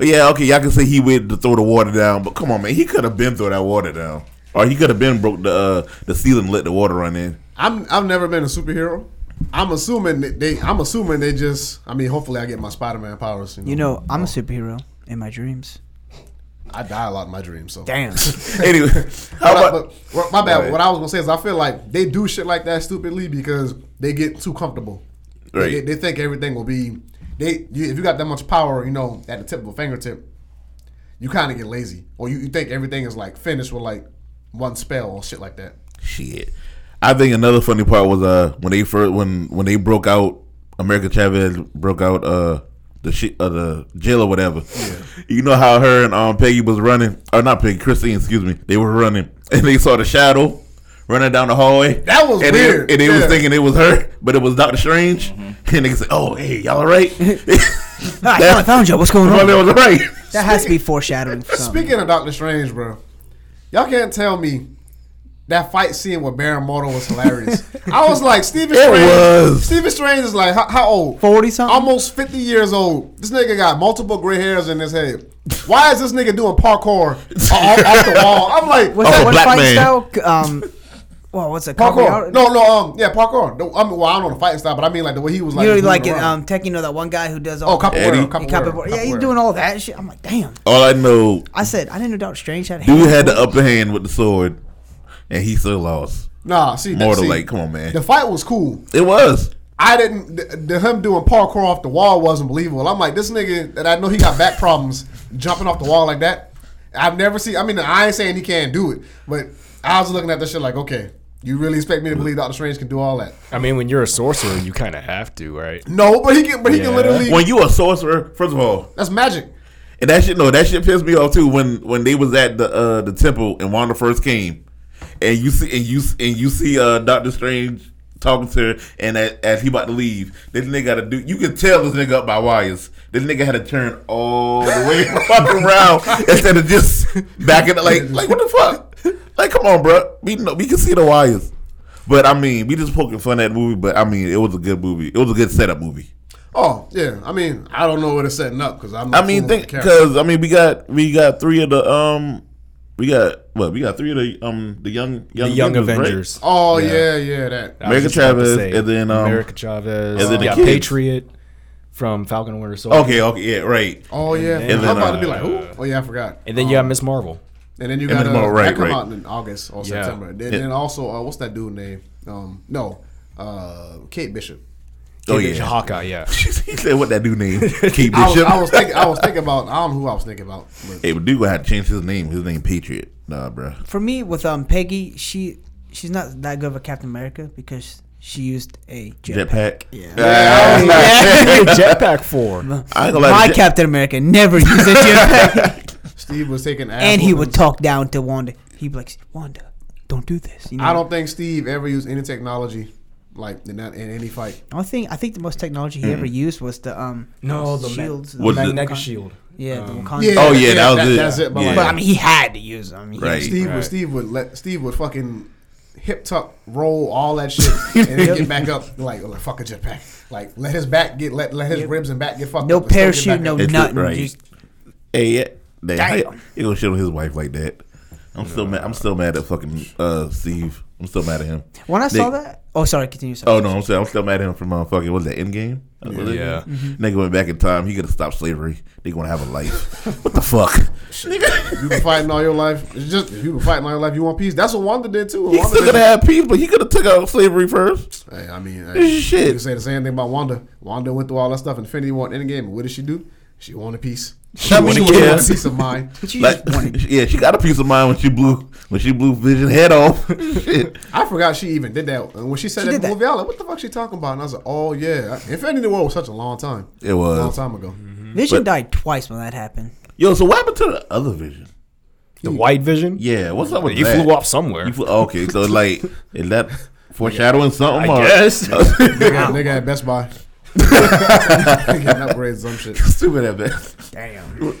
B: Yeah, okay, y'all can say he waited to throw the water down, but come on, man, he could have been throw that water down. Or he could have been broke the uh, the ceiling, let the water run in.
A: I'm I've never been a superhero. I'm assuming that they. I'm assuming they just. I mean, hopefully, I get my Spider-Man powers.
C: You know, I'm a superhero in my dreams.
A: I die a lot in my dreams. So
C: Damn.
B: Anyway, how
A: But I-
B: about
A: but- well, my bad.
B: Right.
A: What I was gonna say is, I feel like they do shit like that stupidly because they get too comfortable. They
B: Right.
A: get- They, think everything will be. They you, if you got that much power, you know, at the tip of a fingertip, you kind of get lazy, or you, you think everything is like finished with like one spell or shit like that.
B: shit? I think another funny part was uh when they first when when they broke out America Chavez broke out uh the shit uh, the jail or whatever. You know how her and um Peggy was running or not Peggy Christine excuse me they were running and they saw the shadow running down the hallway.
A: That was
B: and
A: weird.
B: They, and they was
A: Yeah. Mm-hmm.
B: thinking it was her, but it was Doctor Strange. And they said, "Oh hey y'all all right?"
C: I finally found you. What's going
B: Well,
C: on?
B: that was right.
C: That has to be foreshadowing. for something.
A: Speaking of Doctor Strange, bro, y'all can't tell me that fight scene with Baron Mordo was hilarious. I was like, Stephen Strange.
B: was.
A: Stephen Strange is like, how, how old?
C: 40 something?
A: Almost 50 years old. This nigga got multiple gray hairs in his head. Why is this nigga doing parkour off, off the wall? I'm like,
C: What's
B: Oh,
C: that one
B: black
C: fight
B: man.
C: style? C- Um, well, what's it?
A: parkour?
C: Capoeira?
A: No, no, um, yeah, parkour. No, I mean, well, I don't know the fighting style, but I mean like the way he was like,
C: you know,
A: moving
C: like in
A: around.
C: um, Tekken, you know that one guy who does all
A: oh, capoeira,
B: Eddie?
A: capoeira,
C: He capoeira. Yeah, he's
A: capoeira.
C: doing all that shit. I'm like, damn.
B: All I know
C: I said I didn't know Doctor Strange had.
B: Dude
C: hands.
B: had uh, the upper hand with the sword, and he still lost.
A: Nah, see, that,
B: Mortal,
A: see,
B: like, come on, man.
A: The fight was cool.
B: It was.
A: I didn't. The, the him doing parkour off the wall wasn't believable. I'm like this nigga that I know he got back problems jumping off the wall like that. I've never seen. I mean, I ain't saying he can't do it, but I was looking at this shit like, okay, you really expect me to believe Doctor Strange can do all that?
D: I mean, when you're a sorcerer, you kind of have to, right?
A: No, but he can. But he can
D: Yeah.
A: literally.
B: When you a sorcerer, first of all,
A: that's magic.
B: and that shit no, that shit pissed me off too. When when they was at the uh, the temple and Wanda first came, and you see and you and you see uh, Doctor Strange talking to her, and as, as he about to leave, this nigga got to do. You can tell this nigga up by wires. This nigga had to turn all the way fucking around instead of just backing up. Like like what the fuck? Like come on, bro. We know we can see the wires. But I mean, we just poking fun at the movie. But I mean, it was a good movie. It was a good setup movie.
A: Oh yeah. I mean, I don't know what it's setting up because I'm. Not
B: I mean,
A: cool
B: think
A: with the character.
B: because I mean we got we got three of the um we got what we got three of the um the young young,
D: The Young
B: right?
D: Avengers.
A: Oh yeah, yeah. That.
D: I was
B: America
D: just about to
B: Chavez,
D: say,
B: and then, um,
D: America Chavez, Oh,
B: and then the
D: yeah,
B: kids. Oh.
D: Patriot from Falcon and Winter Soldier.
B: Okay, okay, yeah, right.
A: Oh yeah.
D: then,
A: I'm about to be
D: uh,
A: like, Ooh. oh yeah, I forgot.
D: And then you got Miss Marvel.
A: And then you
B: And
A: got
B: then
A: uh,
B: tomorrow, right,
A: that come
B: right.
A: out in August or
D: Yeah.
A: September. Then,
B: Yeah.
A: then also, uh, what's that dude name? Um, no, uh, Kate Bishop.
B: Oh
D: Kid
B: yeah.
D: Hawkeye, yeah.
B: he said what that dude name? Kate
A: I was,
B: Bishop.
A: I was thinking. I was thinking about. I don't know who I was thinking about. But
B: hey, but dude gonna have to change his name. His name Patriot. Nah, bro.
C: For me, with um Peggy, she she's not that good of a Captain America because she used a jetpack.
B: Jetpack.
C: Yeah.
B: Nah, it's not-
D: Jetpack 4.
B: I ain't gonna
C: My
B: lie. jet-
C: Captain America never used a jetpack,
A: Steve was taking. Ass
C: and he would
A: whoopings.
C: talk down to Wanda. He'd be like, "Wanda, don't do this." You know?
A: I don't think Steve ever used any technology, like in, that, in any fight.
C: I don't think I think the most technology
B: Hmm.
C: he ever used was the um
D: No, the
C: shields.
D: shields.
C: the
B: What is it?
C: Wakanda-
D: Magnetic Shield.
C: Yeah, the Wakanda.
B: Oh, yeah, that was it.
A: That's it. But,
B: Yeah.
C: But I
A: like,
C: mean, he had to use them. I mean, he
B: Right.
C: was-
A: Steve would.
D: Right.
A: Steve would let. Steve would fucking hip tuck roll all that shit and then get back up like, like fuck a jetpack. Like let his back get let let his ribs and back get fucked.
C: No
A: up and still get
C: parachute,
A: back
C: no
A: up.
B: It's
C: nothing.
B: right.
C: Just,
B: Hey, yeah. Damn.
C: Damn.
B: how You gonna shit on his wife like that? I'm still mad. I'm still mad at fucking uh, Steve. I'm still mad at him.
C: when I
B: They-
C: saw that, oh sorry, continue. Sorry.
B: Oh no, I'm saying I'm still mad at him from uh, fucking what's that Endgame? Uh, was it Endgame?
D: Yeah.
C: Mm-hmm.
B: nigga went back in time. He could have stopped slavery. They gonna have a life. what the fuck? Nigga,
A: You been fighting all your life. It's just you been fighting all your life. You want peace. That's what Wanda did too.
B: he
A: Wanda
B: still
A: did-
B: gonna have peace, but he could have took out slavery first.
A: Hey, I mean,
B: This
A: hey,
B: is shit.
A: You can say the same thing about Wanda. Wanda went through all that stuff. Infinity War, and Endgame. And what did she do? She wanted peace. She
B: I mean,
A: wanted
B: yeah.
A: peace of mind.
C: But you
B: Like,
C: just wanted-
B: yeah, she got a piece of mind when she blew when she blew Vision head off. Shit.
A: I forgot she even did that. And when she said
C: She
A: that in
C: did
A: the
C: that.
A: movie, I was like, "What the fuck she talking about?" And I was like, "Oh yeah, Infinity War was such a long time.
B: It
A: a long
B: was.
A: time ago.
C: Vision
B: but-
C: died twice when that happened.
B: Yo, so what happened to the other Vision?
D: The White Vision?
B: Yeah, what's up with
D: He
B: that?
D: flew off somewhere.
B: You flew- okay, so like is that foreshadowing something?
D: I
B: or-
D: guess.
A: Nigga, nigga at Best Buy. Getting upgrades, some shit.
B: Stupid at best.
C: Damn.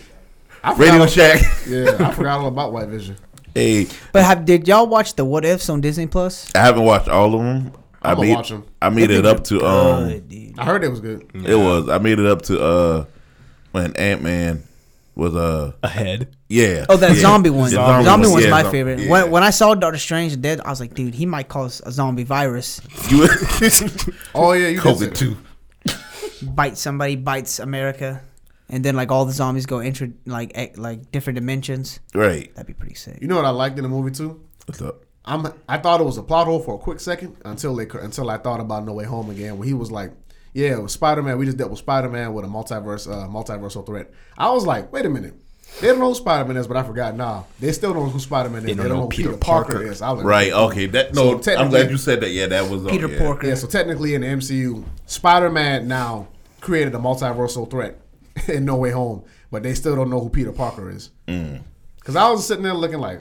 A: I
B: Radio
A: forgot,
B: Shack.
A: yeah, I forgot all about White Vision.
B: hey,
C: But have, did y'all watch the What Ifs on Disney Plus?
B: I haven't watched all of them. I
A: I'ma
B: made
A: watch 'em.
B: I made it up to um.
C: Good, dude.
B: Mm.
A: I heard it was good.
B: It was. I made it up to uh when Ant Man was uh
D: ahead.
B: yeah.
C: Oh, that
B: yeah.
C: zombie one.
B: The
C: zombie,
B: one.
C: one's
B: Yeah,
C: my
B: zom-
C: favorite.
B: yeah.
C: When, when I saw Doctor Strange dead, I was like, dude, he might cause a zombie virus.
B: You-
A: Oh yeah, you did say
B: COVID
A: that.
B: too.
C: Bites somebody, bites America, and then like all the zombies go into like ec- like different dimensions.
B: Right.
C: That'd be pretty sick.
B: Oh,
A: You know what I liked in the movie too?
B: What's up?
A: I'm I thought it was a plot hole for a quick second until they until I thought about No Way Home again when he was like, "Yeah, with Spider Man, we just dealt with Spider Man with a multiverse uh, multiversal threat." I was like, "Wait a minute." They don't know who Spider Man is, but I forgot. Nah, they still don't know who Spider Man is. They don't, know who Peter, Parker, is. I was like,
B: Right. Okay. That
A: So
B: no. I'm
A: technically-
B: glad you said that. Yeah, that was on,
C: Peter
B: yeah.
C: Porker.
A: Yeah, so technically in the MCU, Spider Man now created a multiversal threat in No Way Home, but they still don't know who Peter Parker is. Because I was sitting there looking like,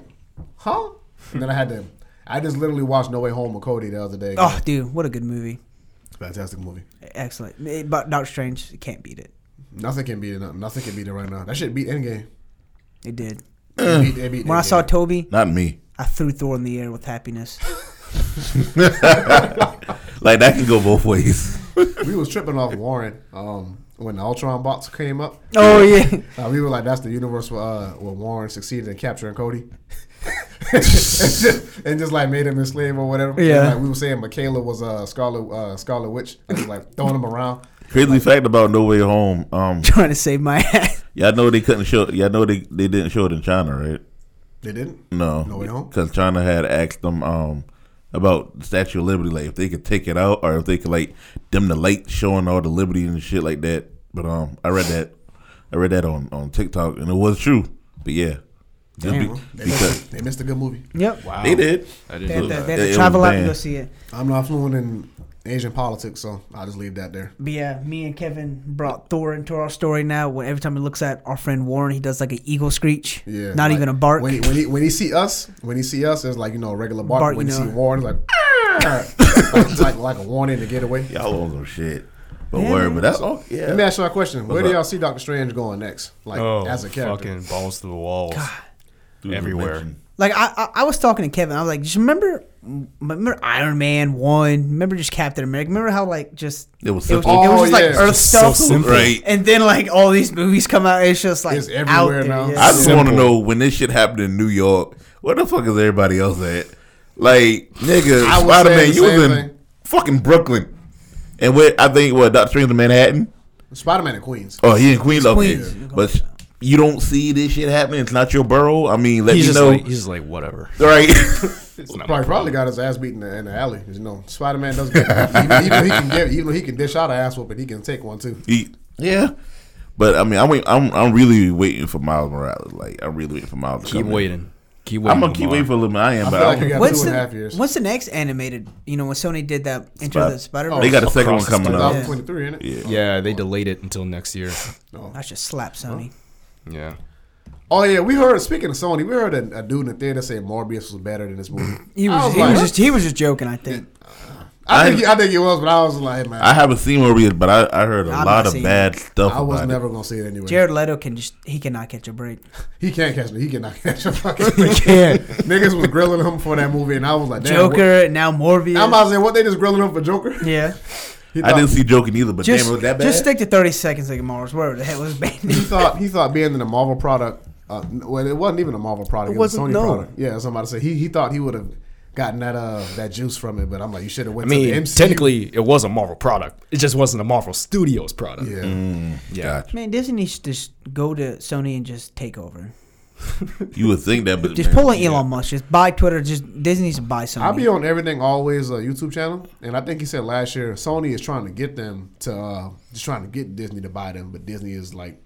A: huh? And then I had to, I just literally watched No Way Home with Cody the other day.
C: Oh, dude, what a good movie!
A: Fantastic movie.
C: Excellent. Eh, But Doctor Strange can't beat it.
A: Nothing can beat it. up. Nothing can beat it right now. That shit beat Endgame.
C: It did.
A: It beat, it beat
C: When I
A: Endgame.
C: saw Toby,
B: Not me.
C: I threw Thor in the air with happiness.
B: Like that can go both ways.
A: we was tripping off Warren um, when the Ultron box came up.
C: oh yeah.
A: Uh, we were like, that's the universe where, uh, where Warren succeeded in capturing Cody. and, just, and just, like made him his slave or whatever. And,
C: Yeah.
A: like, we were saying Michaela was a uh, Scarlet uh, Scarlet Witch. I was like throwing him around.
B: Crazy fact about No Way Home. Um,
C: Trying to save my ass.
B: y'all know they couldn't show. Y'all know they, they didn't show it in China, right?
A: They didn't.
B: No,
A: No Way Home?
B: because China had asked them um about the Statue of Liberty, like if they could take it out or if they could like dim the light showing all the liberty and shit like that. But um, I read that, I read that on on TikTok and it was true. But yeah, Just
C: Damn.
A: They
B: because
A: missed, they missed a good movie.
C: Yep.
D: Wow.
B: they did.
C: They had
D: I didn't
C: to,
D: know
C: they had
D: that.
B: It- it
C: to
B: was
C: travel out to
B: banned.
C: go see it.
A: I'm not fluent in Asian politics, so I'll just leave that there.
C: But yeah, me and Kevin brought Thor into our story now. When every time he looks at our friend Warren, he does like an eagle screech.
A: Yeah.
C: Not
A: like,
C: even a bark.
A: When he, when he when he see us, when he see us, it's like you know a regular bark.
C: Bark,
A: when
C: you
A: he
C: know.
A: see Warren, it's like, like like like a warning to get away.
B: Y'all on some shit. But
C: Yeah,
B: word,
C: man.
B: but that's oh, yeah.
A: Let me ask you a question. Where
B: What's
A: do
B: up?
A: y'all see Doctor Strange going next? Like
D: Oh,
A: as a character.
D: fucking balls to the walls.
B: Dude,
D: everywhere.
B: mention.
C: like I, I, I was talking to Kevin. I was like, just remember, m- remember Iron Man one. Remember just Captain America. Remember how like just
B: It was
C: it was,
B: simple.
C: it was
A: Oh,
C: just like
A: yeah.
C: Earth
A: It's
C: stuff.
D: simple.
B: Right.
C: And then like all these movies come out. It's just like
A: It's everywhere
C: out there,
A: now.
B: I
C: yeah.
B: just
A: Simple.
B: want to know when this shit happened in New York. Where the fuck is everybody else at? Like, nigga,
A: I was
B: Spider Man,
A: saying the
B: you was in
A: same thing.
B: fucking Brooklyn, and where I think what Doctor Strange in Manhattan.
A: Spider Man in Queens.
B: Oh, he in Queens, okay.
C: Queens.
B: But you don't see this shit happening. It's not your borough. I mean, let
D: He's
B: me
D: just,
B: know,
D: like, he's just like whatever.
B: right?
D: It's not my
A: Probably, probably got his ass beaten in the, in the alley. 'cause, You know, Spider Man does get even, even though he can get even though he can dish out an ass whooping, he can take one too.
B: He- yeah. But I mean, I'm wait- I'm I'm really waiting for Miles Morales. Like, I'm really waiting for Miles. to
D: Keep
B: come in.
D: waiting. Keep waiting.
B: I'm gonna keep
D: Lamar.
B: waiting for a little bit. I am,
A: I
B: but
A: feel
B: I
A: like we
B: don't-
A: got
C: What's
A: two
C: the,
A: and a half years.
C: what's the next animated? You know when Sony did that into
B: Spy-
C: the Spider
A: Oh,
C: Verse.
B: they got a second one
D: Across the
B: coming up.
C: Yeah.
A: 2023, innit?
B: uh, Yeah.
D: Yeah, they delayed it until next year.
A: No.
C: I should slap Sony.
D: Yeah.
A: Oh yeah, we heard. Speaking of Sony, we heard a, a dude in the theater say Morbius was better than this movie.
C: He
A: I
C: was,
A: was
C: he
A: like-
C: was just he was just joking. I think.
A: I,
B: I-
A: think he, I think it was, but I was like, man,
B: I
A: I,
B: haven't seen Morbius, but I, I heard a
C: I've
B: lot
C: not
B: of
C: seen
B: bad stuff.
A: was
B: about
A: never gonna see it anyway.
C: Jared Leto can just he cannot catch a break.
A: He can't catch me. He cannot catch a fucking. Niggas was grilling him for that movie, and I was like, Damn,
C: Joker and now Morbius.
A: What, I'm about to say what they just grilling him for Joker.
C: yeah.
A: He
B: It. I
A: thought-
B: didn't see Joking either, but
C: Just,
B: damn, it was that bad.
C: just stick to 30 seconds like Mars. Where the hell was
A: he
C: Bandit?
A: thought he thought being in a Marvel product. Uh, n- well, it wasn't even a Marvel product. It,
C: It
A: was
C: wasn't,
A: a Sony
C: no.
A: product. Yeah, somebody said he he thought he would have gotten that uh that juice from it, but I'm like, you should have
D: I
A: went to the
D: mean,
A: MCU.
D: technically, it was a Marvel product. It just wasn't a Marvel Studios product.
B: mm,
A: yeah.
D: Yeah.
C: Man, Disney should just go to Sony and just take over.
B: You would think that, but
C: Just
B: man,
C: pull an
B: yeah.
C: Elon Musk. Just buy Twitter. Just Disney needs to buy Sony.
A: I'll be on everything always uh, YouTube channel, and I think he said last year Sony is trying to get them to uh, just trying to get Disney to buy them, but Disney is like,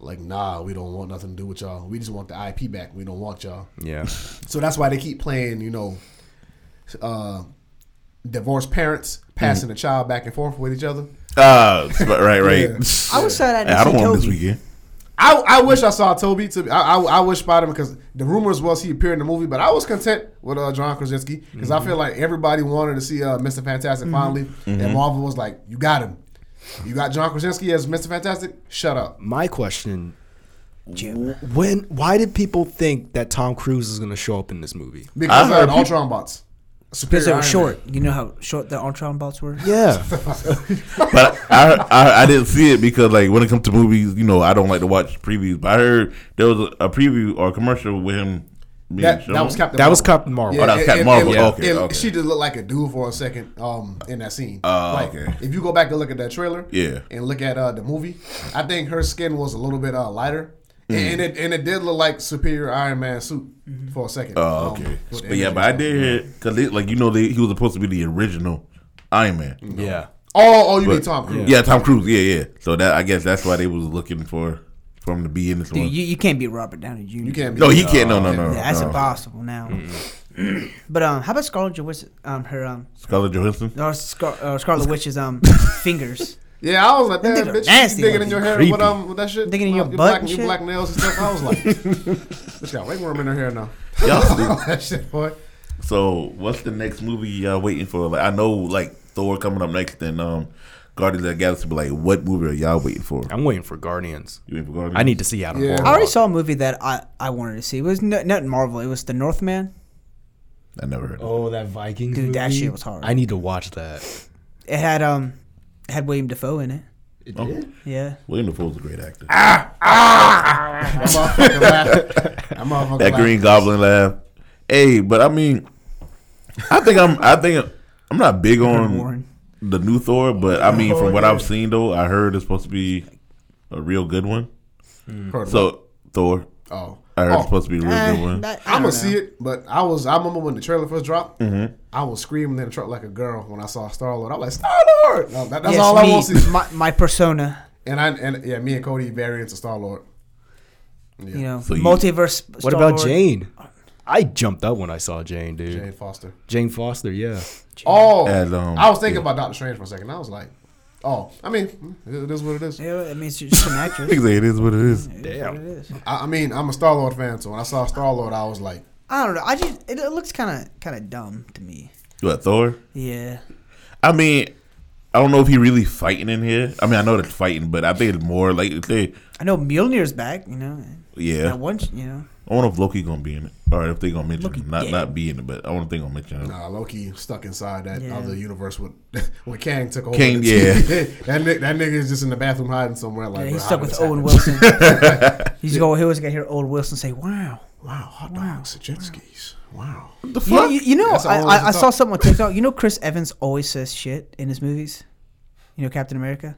A: like nah, we don't want nothing to do with y'all. We just want the IP back. We don't want y'all.
D: Yeah.
A: So that's why they keep playing, you know, uh, divorced parents passing the child back and forth with each other.
B: Ah, sp- right, right.
C: I was sad I didn't
B: I don't want
C: see
B: him
C: Toby.
B: this weekend.
A: I, I wish I saw Toby. To be, I, I I wish Spider Man because the rumors was he appeared in the movie, but I was content with uh, John Krasinski because I feel like everybody wanted to see uh, Mister Fantastic finally, and Marvel was like, "You got him, you got John Krasinski as Mister Fantastic. Shut up."
G: My question:
C: Jim.
G: wh- When? Why did people think that Tom Cruise is going to show up in this movie?
A: Because
B: I
A: I
B: heard
A: uh, Ultron bots. Superior
C: Because they were
A: Iron Man.
C: short. You know how short the Ultron bots were?
D: Yeah.
B: but I, I I didn't see it because like when it comes to movies, you know, I don't like to watch previews. But I heard there was a, a preview or a commercial with him. Being
A: That,
B: shown.
A: that was Captain.
D: That was Captain Marvel.
B: Oh, that was Captain Marvel. Okay,
A: and
B: okay.
A: She just looked like a dude for a second um, in that scene.
B: Oh,
A: like,
B: okay.
A: If you go back and look at that trailer,
B: Yeah.
A: and look at uh, the movie, I think her skin was a little bit uh, lighter,
B: Hmm.
A: and, and it and it did look like Superior Iron Man suit
C: Mm-hmm.
A: for a second.
B: Oh,
A: um,
B: okay.
A: with the
B: but yeah,
A: imagery.
B: but I did hear because like you know they, he was supposed to be the original Iron Man.
D: Yeah.
A: Oh, oh, you mean
B: But,
A: Tom Cruise?
B: yeah. Tom Cruise. Yeah, yeah. So that I guess that's why they was looking for for him to be in this
C: Dude,
B: one.
C: you, you can't beat Robert Downey Jr.
A: You can't. Be
B: no, he can't. No, no, no.
C: Yeah, that's
B: no.
C: impossible now. but um, how about Scarlet Witch? Um, her um,
B: Scarlett Johansson.
C: or Scar- uh, Scarlet Witch's um fingers.
A: Yeah, I was like,
C: Them
A: that
C: niggas are
A: bitch,
C: nasty
A: you digging in
C: looking.
A: your hair
B: Creepy.
A: with um with that shit,
C: Digging in your
A: Well,
C: butt
A: black,
C: and
A: your
C: shit?
A: black nails and stuff. I was like, bitch got ringworm in her hair now.
B: Y'all stupid.
A: that shit, boy.
B: So what's the next movie y'all waiting for? Like I know like Thor coming up next and um Guardians of the Galaxy, but like what movie are y'all waiting for?
D: I'm waiting for Guardians.
B: You waiting for Guardians?
D: I need to see Adam
A: Yeah.
D: Warlock.
C: I already saw a movie that I, I wanted to see. It was no, not Marvel. It was The Northman.
B: I never heard. Of
D: Oh, that Vikings
C: Dude, that
D: movie?
C: shit was hard.
D: I need to watch that.
C: It had um, it had William Defoe in it.
B: it. Oh,
C: Yeah.
B: William Dafoe's a great actor.
A: I'm motherfucking laughing. I'm motherfucking
B: that
A: laughing.
B: Green Goblin laugh. Hey, but I mean, I think I'm. I think I'm not big on
C: Warren.
B: the new Thor, but I mean, from what I've seen though, I heard it's supposed to be a real good one.
A: Heard about
B: So Thor,
A: it. oh,
B: I heard
A: Oh.
B: it's supposed to be a real
C: Uh,
B: good one.
A: I'm gonna see
C: it.
A: it, but I was I remember when the trailer first dropped. I was screaming in the truck like a girl when I saw Star Lord. I'm like Star Lord. that's
C: Yes,
A: all I
C: me,
A: want to see.
C: My, my persona.
A: And I and yeah, me and Cody variants of Star Lord.
C: You know,
B: So you-
C: multiverse.
D: What
C: Star-Lord.
D: about Jane? I jumped up when I saw Jane, dude.
A: Jane
D: Jane,
A: Foster.
D: Foster, yeah.
A: Oh,
B: And, um,
A: I was thinking
B: yeah.
A: about Doctor Strange for a second. I was like, oh, I mean, it is what it is.
C: Yeah, I mean, she's just an actress.
B: Niggas say it is what it is.
C: It is.
A: I, I mean, I'm a Star Lord fan, so when I saw Star Lord, I was like,
C: I don't know. I just it, it looks kind of kind of dumb to me.
B: What Thor?
C: Yeah.
B: I mean, I don't know if he really fighting in here. I mean, I know that's fighting, but I think it's more like if they,
C: I know Mjolnir's back. You know. and
B: yeah.
C: That one, sh- you know.
B: I wonder if Loki gonna be in it, or if they gonna mention
C: Loki
B: him. Not
C: dead.
B: not be in it, but I wonder if they gonna mention him.
A: nah, Loki stuck inside that
C: Yeah.
A: other universe with when Kang took over.
B: Kang, yeah.
A: that ni- that nigga is just in the bathroom hiding somewhere. Like
C: Yeah,
A: bro,
C: he's
A: how
C: stuck
A: did
C: with
A: this
C: Owen
A: happen?
C: Wilson. he's going. He always gonna hear Owen Wilson say, "Wow."
A: Wow, hot dogs, and jet skis. Wow.
B: The
C: You, you, you know,
A: That's
C: I,
A: always
C: I,
A: the
C: I saw
A: thought.
C: something on TikTok. You know, Chris Evans always says shit in his movies. You know, Captain America.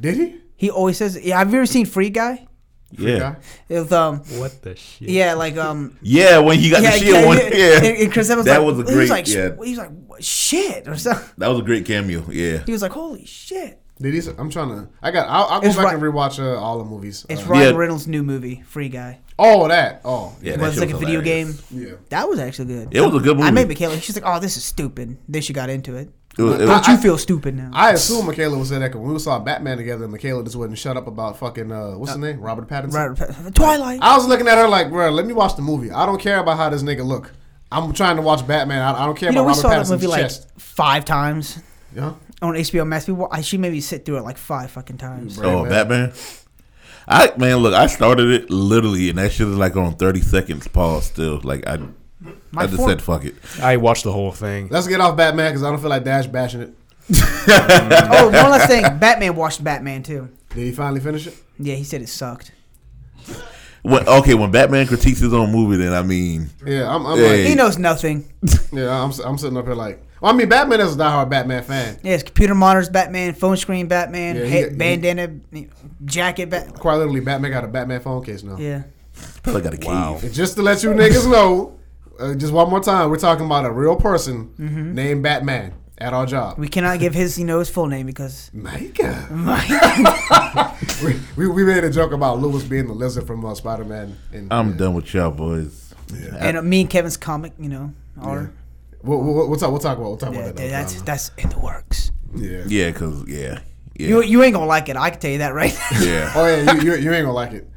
A: Did he?
C: He always says, "Yeah, have you ever seen Free Guy?"
B: Yeah,
C: With um,
D: What the shit?
C: yeah, like um,
B: yeah. When he got the shield one, yeah.
C: And, and Chris Evans,
B: That
C: like,
B: was a
C: he
B: great-
C: was like,
B: yeah.
C: he was like, "What- shit, or something.
B: that was a great cameo. Yeah,
C: He was like, holy shit.
A: Did he? s- I'm trying to. I got. I'll, I'll go
C: It's
A: back
C: Ry-
A: and rewatch uh, all the movies.
C: It's
A: Uh,
C: Ryan
B: Yeah.
C: Reynolds' new movie, Free Guy.
A: Oh, that. Oh,
B: yeah.
C: It
B: that
C: was
B: shit
C: like a video
B: hilarious.
C: game.
A: yeah.
C: That was actually good.
B: It was a good
C: I made
B: movie.
C: Michaela. She's like, "Oh, this is stupid." Then she got into it.
B: It was, it
C: Don't
B: was,
C: you feel stupid now?
A: I assume Michaela was that because when we saw Batman together, Michaela just wouldn't shut up about fucking uh, what's his name, Robert Pattinson.
C: Right, right. Twilight.
A: I was looking at her like, bro, let me watch the movie. I don't care about how this nigga look. I'm trying to watch Batman. I, I don't care
C: you know, we
A: about
C: saw
A: Robert
C: that
A: Pattinson's
C: movie like
A: chest.
C: five times
A: yeah.
C: on HBO Max. We, wa- I, she made me sit through it like five fucking times.
A: Bro.
B: oh,
A: man.
B: Batman. I man, look, I started it literally, and that shit is like on thirty seconds pause still. Like I,
C: My
B: I just
C: form-
B: said fuck it.
D: I watched the whole thing.
A: Let's get off Batman because I don't feel like Dash bashing it.
C: oh, one last thing. Batman watched Batman too.
A: Did he finally finish it?
C: Yeah, he said it sucked.
B: When, okay, when Batman critiques his own movie, then I mean,
A: Yeah, I'm, I'm
B: Hey.
C: He knows nothing.
A: like, yeah, I'm, s- I'm sitting up here like, well, I mean, Batman is a diehard Batman fan.
C: Yeah, it's computer monitors, Batman, phone screen, Batman,
A: Yeah, he-
C: head,
A: he-
C: bandana, eh, jacket, Batman.
A: Quite literally, Batman got a Batman phone case now.
C: Yeah.
B: probably got a cave.
A: And just to let you niggas know, uh, just one more time, we're talking about a real person named Batman at our job.
C: We cannot give his, you know, his full name because
A: My God. we, we, we made a joke about Lewis being the lizard from uh, Spider Man.
B: I'm done with y'all boys.
C: and uh, me and Kevin's comic, you know, are
A: We'll, we'll, we'll, talk, we'll talk about we'll talk
C: yeah,
A: about that. another
C: that's
A: time.
C: that's in the works.
A: yeah.
B: Yeah, cause yeah, yeah,
C: You you ain't gonna like it. I can tell you that right. now.
B: yeah.
A: Oh yeah, you, you, you ain't gonna like it.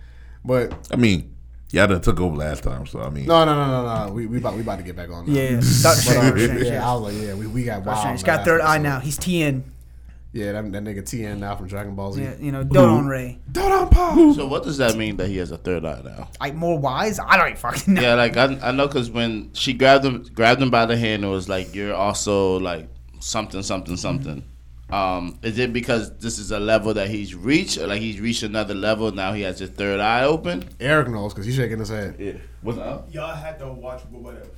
A: But
B: I mean, y'all done took over last time, so I mean,
A: no, no, no, no, no. We we about we about to get back on. Now.
C: yeah, yeah. Doctor
A: But, uh,
C: Strange.
A: yeah, I was like, yeah, we, we got
C: Doctor
A: wild.
C: Strange.
A: man.
C: He's got third
A: That's-
C: eye now. He's TN.
A: Yeah, that, that nigga TN now from Dragon Ball Z.
C: Yeah, you know, Dodon Ray.
E: So what does that mean that he has a third eye now?
C: Like more wise? I don't even fucking know.
E: Yeah, like I, I know because when she grabbed him, grabbed him by the hand, it was like you're also like something, something, something. Um, is it because this is a level that he's reached, or like he's reached another level? Now he has his third eye open.
A: Eric knows because he's shaking his head.
B: Yeah. What's
E: No?
F: Y'all had to watch What If.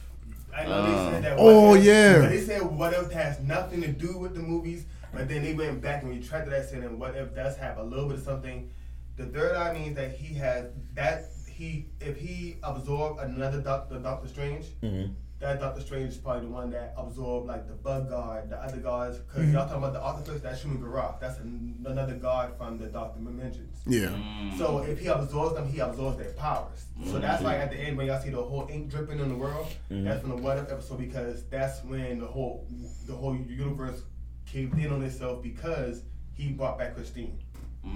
F: I know they said that.
A: Oh,
F: What If-
A: yeah.
F: but They said What If has nothing to do with the movies, but then they went back and retracted that saying, and What If does have a little bit of something. The third eye means that he has that he if he absorbed another doc, the Doctor Strange.
A: Mm-hmm.
F: That Doctor Strange is probably the one that absorbed like the bug god, the other gods. because y'all talking about the octopus, that's Shumi Barak. That's an, another god from the Doctor Dimensions.
A: Yeah.
F: So if he absorbs them, he absorbs their powers. So that's why at the end when y'all see the whole ink dripping on the world, that's from the what if episode because that's when the whole the whole universe caved in on itself because he brought back Christine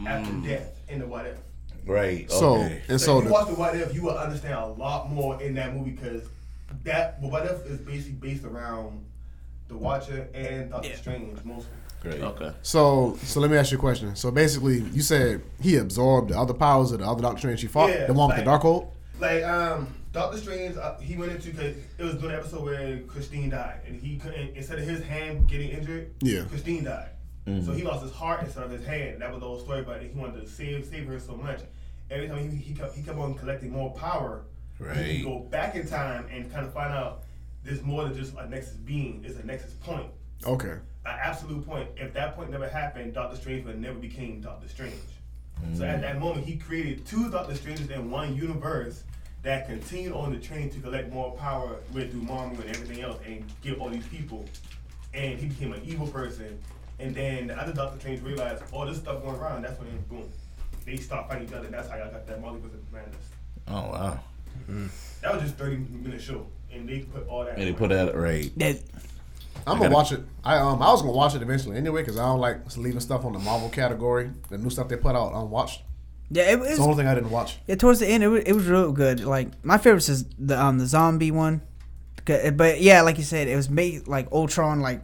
F: after death in the what if.
B: Right.
A: So
B: okay.
A: and
F: So
A: so
F: if you
A: the,
F: watch the what if, you will understand a lot more in that movie because that what if is basically based around the Watcher and Doctor Strange mostly.
B: Right.
E: Okay.
A: so so let me ask you a question. So basically, you said he absorbed the other powers of the other Doctor Strange she fought,
F: Yeah,
A: the one with the dark
F: like-
A: hold.
F: Like um, Doctor Strange, uh, he went into cause it was during the episode where Christine died, and he couldn't instead of his hand getting injured,
A: Yeah.
F: Christine died. So he lost his heart instead of his hand. That was the whole story, but he wanted to save save her so much. Every time he he kept, he kept on collecting more power. He
B: Right.
F: could go back in time and kind of find out there's more than just a nexus being. It's a nexus point,
A: Okay.
F: an absolute point. If that point never happened, Doctor Strange would never became Doctor Strange. So
B: Mm.
F: at that moment, he created two Doctor Stranges in one universe that continued on the train to collect more power with Dormammu and everything else and give all these people. And he became an evil person. And then the other Doctor Strange realized all this stuff going around. That's when it boom, they stopped fighting each other. That's how y'all got that multiverse of madness.
B: Oh wow.
F: That was just thirty minute show, and they put all that.
B: And they put that right.
C: That-
A: I'm gonna watch it. I um I was gonna watch it eventually anyway because I don't like leaving stuff on the Marvel category. The new stuff they put out unwatched.
C: Yeah, it
A: It's
C: was.
A: the only thing I didn't watch.
C: Yeah, towards the end, it was, it was real good. Like my favorite is the um the zombie one, Beca- but yeah, like you said, it was made like Ultron like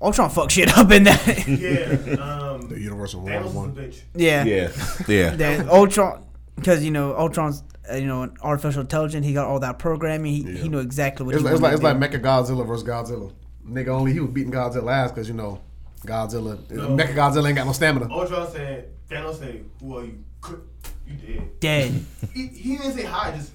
C: Ultron fucked shit up in that.
F: Yeah, um,
A: The Universal War
F: Thanos was a
A: one.
F: bitch.
C: yeah,
B: Yeah. Yeah.
C: That Ultron, because you know Ultron's uh, you know an artificial intelligence. He got all that programming. He, he knew exactly what.
A: It's,
C: he
A: like- it's like
C: wanted
A: it's
C: to
A: like
C: do.
A: Mecha Godzilla versus Godzilla. Nigga, only he was beating Godzilla ass because you know Godzilla.
F: No.
A: Mecha Godzilla ain't got no stamina.
F: Ultron said, Thanos said, "Who are you? You dead."
C: dead.
F: He, he didn't say hi, just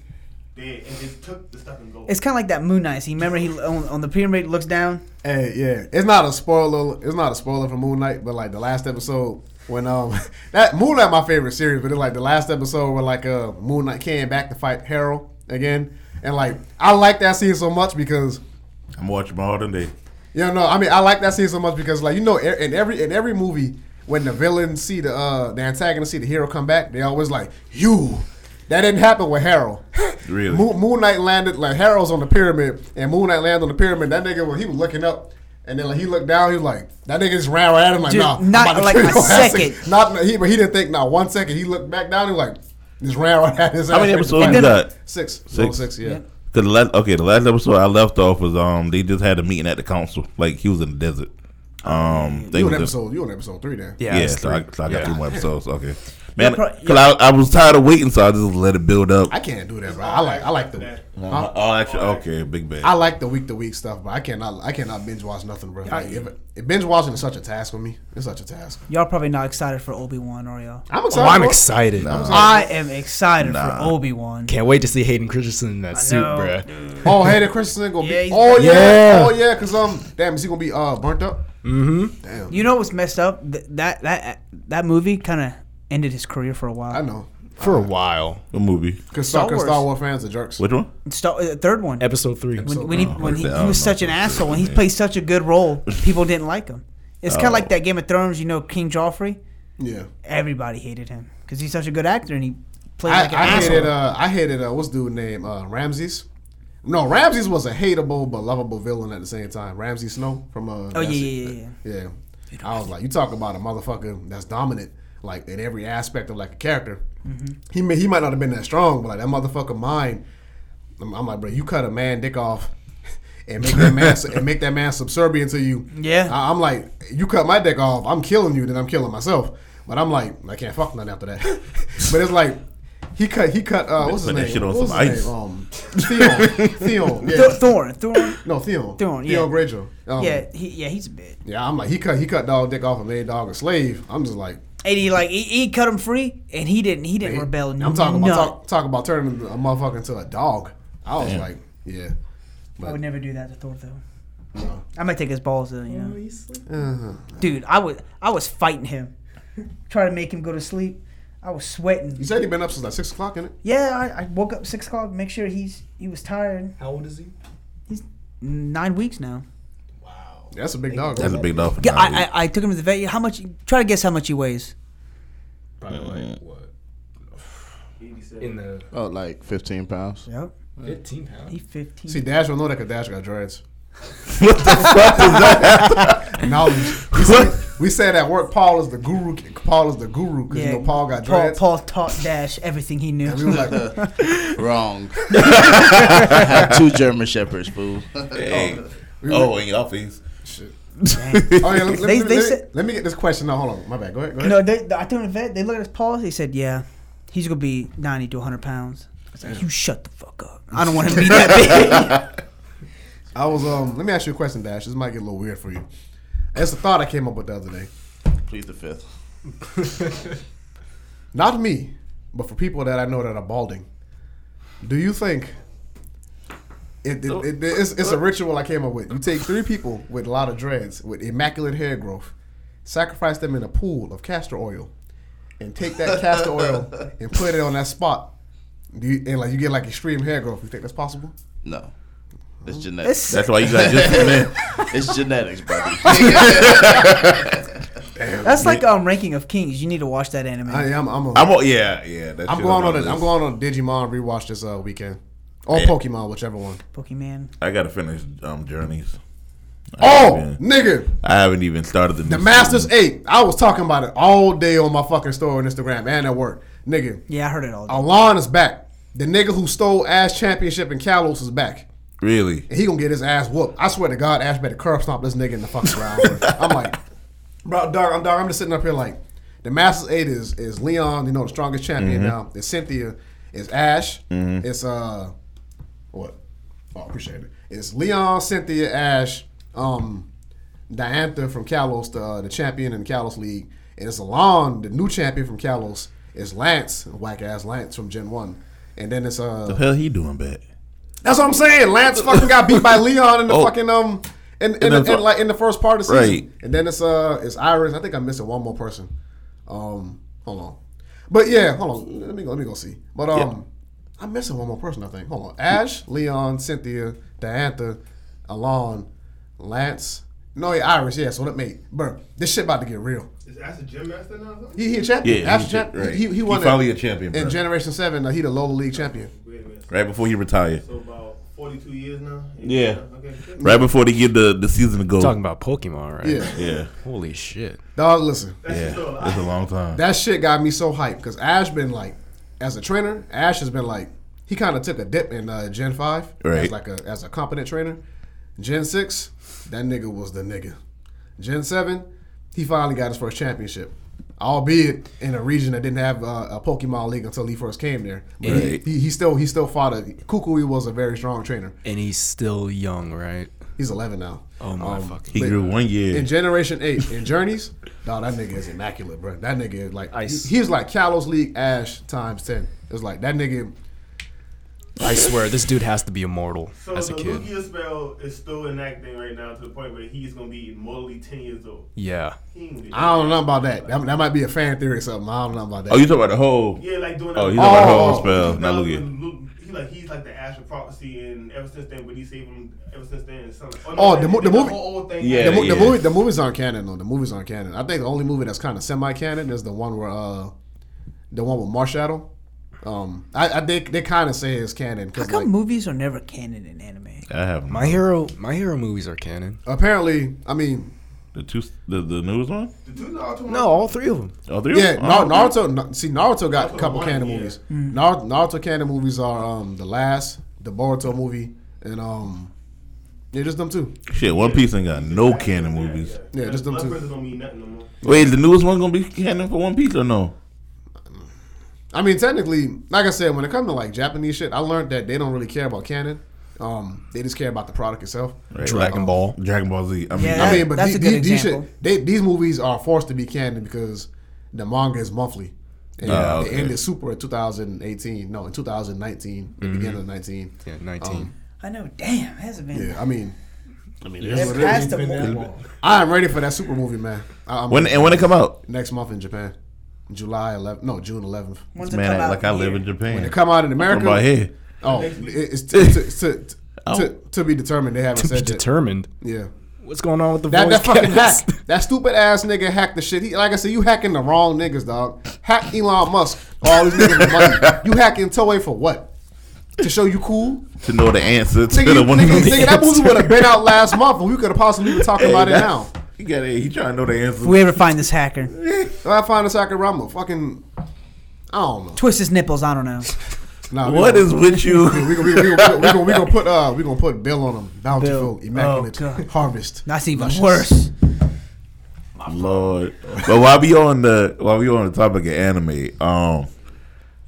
F: dead, and just took the stuff and go.
C: It's kind of like that Moon Knight. He remember he on, on the pyramid looks down.
A: Hey, yeah, it's not a spoiler. It's not a spoiler for Moon Knight, but like the last episode when um that Moon Knight my favorite series, but it's like the last episode where like uh Moon Knight came back to fight Harold again, and like I like that scene so much because
B: I'm watching my all day.
A: you know I mean I like that scene so much because like you know e- in every in every movie when the villain see the uh the antagonist see the hero come back, they always like you. That didn't happen with Harold.
B: Really?
A: Moon, Moon Knight landed like Harold's on the pyramid, and Moon Knight landed on the pyramid. That nigga, was- he was looking up, and then like he looked down. He was like, that nigga just ran right at him like,
C: Dude,
A: nah, I'm
C: not
A: about to
C: like
A: kill
C: a
A: your ass."
C: second.
A: Not he, but he didn't think not one second. He looked back down. He was like, just ran right at his.
B: How many episodes
A: Like,
B: you got?
A: Six.
B: Six?
A: Total six. Yeah.
B: Cause the last, okay, the last episode I left off was um they just had a meeting at the council. Like he was in the desert. Um, they
A: You
B: was
A: on
B: in-
A: episode? You on episode three then?
B: Yeah,
D: it's
B: so, I,
D: three.
B: so I got
D: Yeah.
B: three more episodes. Okay, man,
C: pro-
B: because I, I was tired of waiting, so I just let it build up.
A: I can't do that, bro. I like I like the
F: That-
A: huh?
B: oh, actually, okay, big bad.
A: I like the week to week stuff, but I cannot I cannot binge watch nothing, bro. Like, if, if binge watching is such a task for me. It's such a task.
C: Y'all probably not excited for Obi Wan, are y'all?
A: I'm
D: Oh,
A: excited.
D: I'm
A: bro.
D: excited.
C: I am excited
B: Nah.
C: for Obi Wan.
D: Can't wait to see Hayden Christensen in that suit,
C: know.
D: bruh.
A: Oh, Hayden Christensen gonna
C: Yeah,
A: be.
C: he's
A: Oh
C: back.
A: yeah.
D: Yeah.
A: Oh yeah. Cause um, damn, is he gonna be uh burnt up? Mm-hmm. Damn.
C: You know what's messed up? Th- that that that movie kind of ended his career for a
A: I
C: while.
A: know.
D: For a while.
B: What movie?
A: Cause
C: Star
A: Star, cause
C: Wars.
A: Star Wars fans are jerks.
B: Which one?
C: Star, uh, third one.
D: Episode three.
C: When, when he when he,
B: I
C: he
B: don't
C: was
B: know.
C: such an asshole and he played such a good role, people didn't like him. It's kind of like that Game of Thrones, you know, King Joffrey.
A: Yeah.
C: Everybody hated him because he's such a good actor and he played
A: I,
C: like an
A: I
C: asshole.
A: hated. Uh, I hated. Uh, what's dude name? Uh, Ramses. No, Ramses was a hateable but lovable villain at the same time. Ramsey Snow from uh.
C: oh yeah,
A: that's-
C: yeah, yeah, yeah.
A: Yeah. I was like, you talk about a motherfucker that's dominant, like in every aspect of like a character.
C: Mm-hmm.
A: He may, he might not have been that strong, but like that motherfucker mind. I'm, I'm like, bro, you cut a man dick off. and make that man and make that man subservient to you.
C: Yeah.
A: I, I'm like, you cut my dick off, I'm killing you, then I'm killing myself. But I'm like, I can't fuck nothing after that. but it's like. He cut. He cut. Uh, what's his
B: Put that
A: name?
B: shit on
A: What was
B: some
A: his
B: ice.
A: name? Um, Theon. Theon. Yeah.
C: Th- Thorn, Thorn.
A: No, Theon.
C: Theon,
A: Theon
C: yeah.
A: Greyjoy. Um,
C: Yeah, he, yeah, he's a bit.
A: Yeah, I'm like he cut he cut dog dick off and made dog a slave. I'm just like
C: And he like he, he cut him free, and he didn't he didn't rebel.
A: I'm talking about
C: none.
A: talk, talk about turning a motherfucker into a dog. I was like, yeah,
C: I would never do that to Thor though.
A: Oh.
C: I might take his balls though, you know.
A: Uh-huh.
C: Dude, I was I was fighting him, trying to make him go to sleep. I was
A: You
C: sweating.
A: said he been up since like six o'clock, innit?
C: Yeah, I, I woke up six o'clock, make sure he's he was tired.
D: How old is he?
C: Nine weeks now.
D: Wow.
A: That's a big dog.
B: That's a big dolphin.
C: Yeah, I, I I took him to the vet. How much? Try to guess how much he weighs.
D: Probably like what? In the
E: Oh, like 15 pounds.
C: Yep.
D: 15
C: He
D: pounds.
C: fifteen.
A: See, Dash don't know that because Dash got dreads.
B: what the fuck is that?
A: Knowledge. We said, we said at work, Paul is the guru. Paul is the guru because you know Paul got
C: Paul,
A: dreads.
C: Paul taught Dash everything he knew.
A: We was like, "Oh,
E: Wrong. I had two German Shepherds, fool.
B: Hey.
A: we were-
B: Oh, ain't off these.
A: oh yeah. Let, let,
C: They-
A: me,
C: they
A: let,
C: said-
A: me, let me get this question. No, hold on. My bad. Go ahead. Go ahead.
C: no, they, I took him to the vet. They looked at his paws. They said, "Yeah, he's gonna be ninety to hundred pounds." I was like, "You shut the fuck up! I don't want him to be that
A: I was um. Let me ask you a question, Dash. This might get a little weird for you. It's a thought I came up with the other day.
E: Plead the fifth.
A: Not me, but for people that I know that are balding. Do you think it, it, it- it's, it's a ritual I came up with? You take three people with a lot of dreads, with immaculate hair growth, sacrifice them in a pool of castor oil, and take that castor oil and put it on that spot. Do you, and like you get like extreme hair growth. You think that's possible?
E: No. It's
C: big."
E: genetics.
C: It's-
B: That's why you got just man.
E: It's genetics, buddy.
C: That's like um ranking of kings. You need to watch that anime.
A: I, I'm I'm, a,
B: I'm on. Yeah, yeah. That
A: I'm
B: shit
A: going on a,
B: the list.
A: I'm going on a Digimon rewatch this uh, weekend or
B: Yeah.
A: Pokemon, whichever one.
C: Pokemon.
B: I gotta finish um, journeys. I
A: Oh,
B: haven't even-
A: nigga!
B: I haven't even started the.
A: The
B: new
A: Masters
B: season.
A: Eight. I was talking about it all day on my fucking story on Instagram and at work. Nigga,
C: Yeah, I heard it all.
A: Alon is back. The nigga who stole Ash championship in Kalos is back.
B: Really?
A: And he gonna get his ass whooped. I swear to God, Ash better curb stomp this nigga in the fucking ground. bro. I'm like, bro, dog, I'm dog. I'm just sitting up here like, the Masters Eight is is Leon, you know, the strongest champion now. It's Cynthia, it's Ash, it's uh, what? Oh, appreciate it. It's Leon, Cynthia, Ash, um, Diantha from Kalos, the, uh, the champion in the Kalos League, and it's Alon, the new champion from Kalos. It's Lance, whack ass Lance from Gen One, and then it's uh.
B: The hell he doing back?
A: That's what I'm saying. Lance fucking got beat by Leon in the
B: Oh.
A: fucking um in in,
B: In the
A: the- in
B: fu-
A: like in the first part of the season.
B: Right.
A: And then it's uh it's Iris. I think I'm missing one more person. Um hold on. But yeah, hold on. Let me go let me go see. But um I'm missing one more person, I think. Hold on. Ash, Leon, Cynthia, Diantha, Alon, Lance. No, yeah, Iris, yeah. So that made bro, this shit about to get real.
F: Is Ash a gym master now? or something?
A: He he a champion.
B: Yeah,
A: Ash
B: he-
A: champ-
B: right.
A: he, he
B: He
A: won it
B: finally a champion,
A: in
B: bro.
A: Generation Seven. Uh, he the lower league champion.
F: Wait a minute.
B: Right before he retired.
F: So about 42 years now?
B: Yeah.
F: Okay.
B: Right before they give the, the season to go.
D: Talking about Pokemon, right?
A: Yeah.
B: Yeah.
D: Holy shit.
A: Dog, listen.
F: That's
B: Yeah.
F: still
B: It's a
F: alive.
B: long time.
A: that shit got me so hyped because Ash been like, as a trainer, Ash has been like, he kind of took a dip in uh, Gen Five as
B: Right.
A: like a as a competent trainer. Gen Six, that nigga was the nigga. Gen Seven, he finally got his first championship, albeit in a region that didn't have uh, a Pokemon league until he first came there. But he-
B: Right.
A: he, he still he still fought a Kukui was a very strong trainer.
D: And he's still young, right?
A: He's eleven now. Um,
D: Oh my fucking.
B: he grew one year.
A: In Generation Eight, in Journeys, dog, that nigga is immaculate, bro. That nigga is like,
D: Ice.
A: he, he's like Kalos League Ash times ten. It's like that nigga.
D: I swear, this dude has to be immortal
F: So
D: as a
F: the
D: kid.
F: Lugia spell is still enacting right now to the point where he's going to be mortally 10 years old.
D: Yeah.
F: He ain't
C: Ah.
F: gonna-
A: I don't know about that. that. that might be a fan theory or something. I don't know about that.
B: oh, you talking about the whole?
F: Yeah, like doing
B: Oh,
F: that.
B: he's talking about the
A: Oh.
B: whole spell, not
F: Now,
B: Lugia.
F: when Lu- He like he's like the Ash of prophecy, and ever since then, but he saved him. Ever since then, and something.
A: Oh,
F: they
A: the mo-
F: did
A: the movie-
F: whole old thing.
B: Yeah,
A: the, mo-
B: yeah.
A: the movie, the movies aren't canon though. The movies aren't canon. I think the only movie that's kind of semi-canon is the one where uh, the one with Marshadow. Um, I, I they they kind of say it's canon
C: How
A: because
C: come
A: like,
C: movies are never canon in anime?
B: I have
D: My hero, my hero movies are canon.
A: apparently, I mean,
B: the two the, the newest one.
F: The two Naruto
D: No, all three of them.
B: Oh, three.
A: Yeah,
B: of them?
A: Nar-
B: Oh,
A: Naruto. Na- See, Naruto got a
F: Naruto
A: couple
F: one,
A: canon
F: yeah.
A: movies.
C: Hmm.
A: Nar- Naruto canon movies are um, the last, the Boruto movie, and um, Yeah, just them two.
B: Shit, One Piece ain't got no canon movies.
A: Yeah, just them
F: Blood
A: two.
F: Brothers don't mean nothing no more.
B: Wait, is the newest one gonna be canon for One Piece or no?
A: I mean, technically, like I said, when it comes to like Japanese shit, I learned that they don't really care about canon. Um, they just care about the product itself.
B: Right,
D: Dragon
B: like,
D: Ball.
B: Dragon Ball Z. I mean,
C: Yeah.
A: I mean, but
C: That's
A: the-
C: a good
A: the- these shit,
C: example.
A: they, these movies are forced to be canon because the manga is monthly. And
B: Ah,
A: they
B: okay.
A: ended Super in 2018. No, in 2019, the beginning of 19.
D: Yeah, 19.
C: I know. Damn, hasn't been.
A: Yeah, I mean, I mean,
C: It's past the mo-
A: I am ready for that Super movie, man. I, I'm
B: when and when it come out?
A: next month in Japan, July 11th, no, June 11th.
C: When's it
B: Man,
C: come
B: act
C: out
B: like I live
C: here?
B: in
A: When it
B: Japan.
A: come out in
B: What
A: America,
B: about here? Oh.
A: oh, it- it's to, to, to, to, to be determined. They haven't
D: To be
A: said that.
D: determined.
A: Yeah.
D: What's going on with the
A: That,
D: voice
A: that fucking
D: cast?
A: hack, that stupid ass nigga hacked the shit. He, like I said, you hacking the wrong niggas, dog. Hack Elon Musk, all these niggas. with money. You hacking Toei for what? To show you cool?
B: To know the answer to
A: Nigga, you,
B: the one.
A: nigga, nigga, that movie would have been out last month, and we could have possibly been talking about it now.
B: He got it. He trying to know the answer.
C: If we ever find this hacker,
A: I find a Sakurama, fucking, I don't know.
C: twist his nipples. I don't know.
A: Nah, we
B: What
A: gonna-
B: is with you?
A: we gonna, we, gonna, we, gonna, we, gonna, we gonna put uh we gonna put Bill on him. Bountiful,
C: Bill.
A: immaculate,
C: Oh, God.
A: harvest.
C: That's even
A: Luscious.
C: worse.
B: Lord. But while we on the while we on the topic of anime, um,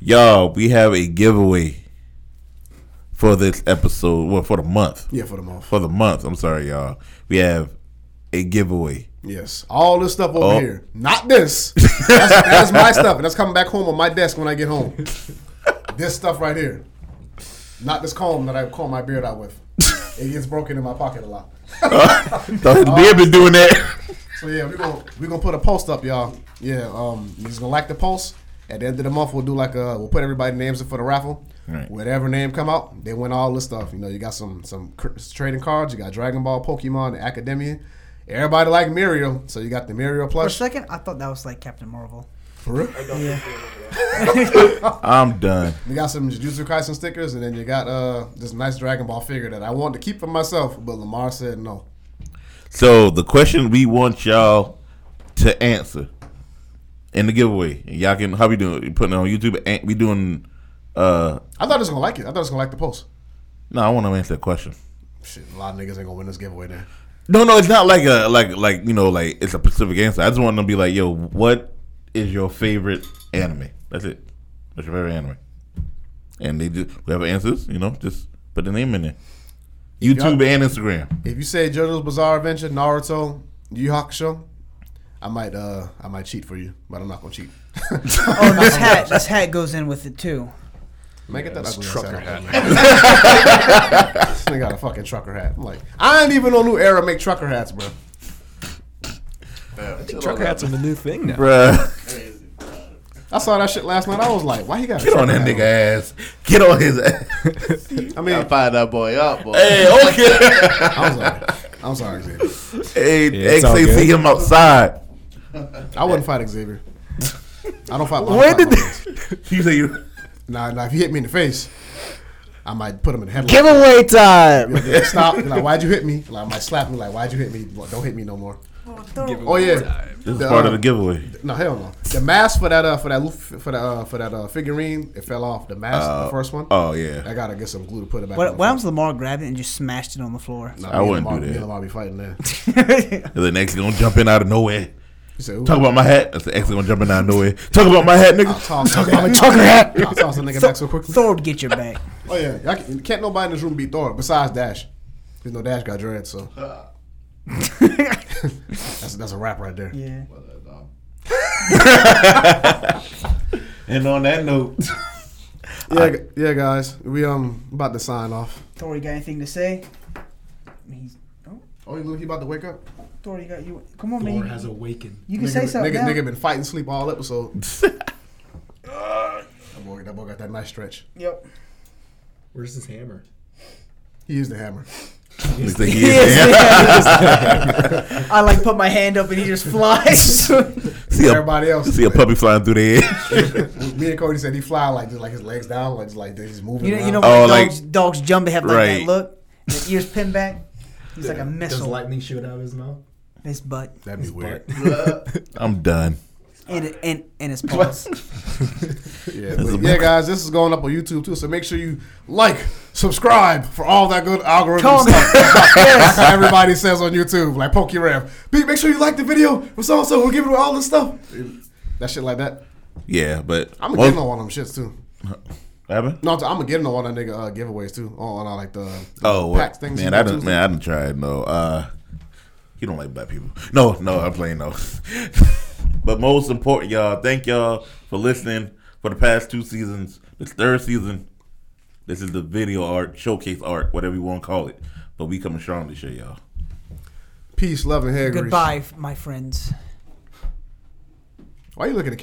B: y'all, we have a giveaway for this episode. Well, for the month.
A: Yeah, for the month.
B: For the month. I'm sorry, y'all. We have a giveaway.
A: Yes, all this stuff over
B: Oh.
A: here. Not this. That's, that's my stuff, and that's coming back home on my desk when I get home. this stuff right here. Not this comb that I comb my beard out with. It gets broken in my pocket a lot.
B: Thought the beer been doing that.
A: So yeah, we're gonna we're gonna put a post up, y'all. Yeah, um, you just gonna like the post. At the end of the month, we'll do like a we'll put everybody's names in for the raffle.
B: Right.
A: Whatever name come out, they win all this stuff. You know, you got some some cr- trading cards. You got Dragon Ball, Pokemon, Academia. Everybody like Muriel, so you got the Muriel
C: For a
A: plush.
C: second, I thought that was like Captain Marvel.
A: For real?
B: I'm done.
A: We got some Jujutsu Kaisen stickers, and then you got uh this nice Dragon Ball figure that I wanted to keep for myself, but Lamar said no.
B: So the question we want y'all to answer in the giveaway. And y'all can how we doing? You putting it on YouTube? And We doing uh
A: I thought it was gonna like it. I thought it was gonna like the post.
B: no, I wanna answer the question.
A: Shit, a lot of niggas ain't gonna win this giveaway then.
B: No, no, it's not like a like like you know like it's a specific answer. I just want them to be like, yo, what is your favorite anime? That's it. What's your favorite anime? And they just whoever answers, you know, just put the name in there. YouTube and Instagram.
A: If you say JoJo's Bizarre Adventure, Naruto, Yu Yu Hakusho, I might uh I might cheat for you, but I'm not gonna cheat.
C: Oh, and this hat, this hat goes in with it too.
A: Man, get that
D: This
A: ugly ass
D: trucker
A: hat.
D: hat.
A: off me. this nigga got a fucking trucker hat. I'm like, I ain't even know New Era make trucker hats, bro.
D: Truck hats are the new thing now.
B: Bruh.
A: I saw that shit last night. I was like, why he got a
B: Get on
A: trucker
B: that
A: hat
B: nigga ass. Get on his ass.
A: I
E: I
A: mean,
E: fire that boy up, boy.
B: hey, okay.
A: I'm sorry. I'm sorry, Xavier.
B: Hey,
D: Yeah, it's all
B: XAC
D: good.
B: see him outside.
A: I wouldn't fight Xavier. I don't fight. I don't
B: Where
A: fight
B: did
A: my-
B: You say you
A: Nah, nah, if he hit me in the face, I might put him in the headlock.
D: Giveaway time.
A: You'll be like, Stop. Like, why'd you hit me? Like, I might slap him. Like, why'd you hit me? Well, Don't hit me no more. Oh yeah. um,
B: This is part of the giveaway.
A: No hell no. The mask for that uh for that loof- for that uh, for that uh, figurine it fell off. The mask, the first one.
B: Oh
A: I
B: yeah.
A: gotta get some glue to put it back.
C: What,
A: on
C: what happens if Lamar grabbed it and just smashed it on the floor?
A: Nah, me
B: I
A: and
B: wouldn't
A: Lamar-
B: do
A: me
B: that.
A: and Lamar be fighting there.
B: And the next gonna jump in out of nowhere.
A: He said, "Ooh,
B: Talk about my hat. That's the X gonna jump in out of nowhere. Talk about my hat,
A: I'll
B: nigga.
A: toss about my
C: Trucker hat.
A: I'll toss the nigga back so quickly.
C: Thor would get your back.
A: Oh yeah, Y'all can, can't nobody in this room beat Thor besides Dash. Cause no Dash got dread, so that's that's a wrap right there.
C: yeah.
E: And on that note,
A: Yeah, gu- yeah, guys, we um about to sign off.
C: Thor, you got anything to say? He's, oh,
A: Oh, you he about to wake up?
C: Thor, you got you. Come on, man.
G: Thor
C: you-
G: has awakened.
C: You can
A: Nigga,
C: say something.
A: nigga,
C: now.
A: nigga been fighting sleep all episode. that boy, that boy got that nice stretch.
C: Yep.
G: Where's his hammer?
A: He is the hammer.
B: He said he is
C: Yes,
B: the
C: yes. I like put my hand up and he just flies.
B: See a,
A: Everybody else,
B: see a puppy flying through the air.
A: me and Cody said he fly like just like his legs down, like just like they just moving.
C: you know, you know
A: around.
C: when
B: Oh, like-
C: dogs, dogs jump, they have like
B: Right.
C: that look, the ears pinned back. He's like a
G: Does
C: missile.
G: lightning shoot out of his mouth?
C: his butt.
A: that'd be weird.
B: I'm done.
C: and and and his pause.
A: Yeah, but yeah, guys, this is going up on YouTube too. So make sure you like, subscribe for all that good algorithm
C: Comment.
A: stuff. That's how everybody says on YouTube, like PokeRam. Be- Make sure you like the video for so and so. We're giving away all this stuff. That shit like that.
B: Yeah, but
A: I'm
B: Well,
A: gonna get on all them shits too.
B: what happened?
A: No, I'm, I'm gonna get on all that nigga uh, giveaways too. On, on all like the
B: Oh,
A: pack
B: what?
A: things.
B: man,
A: you
B: I
A: do,
B: didn't.
A: too.
B: Man, I didn't try it. No, uh, you don't like black people. No, no, I'm playing no. but most important, y'all. Thank y'all for listening for the past two seasons. This third season, this is the video art showcase art, whatever you want to call it. But we coming strong this year, y'all.
A: Peace, love, and hair grease.
C: Goodbye, my friends.
A: Why you looking at the camera?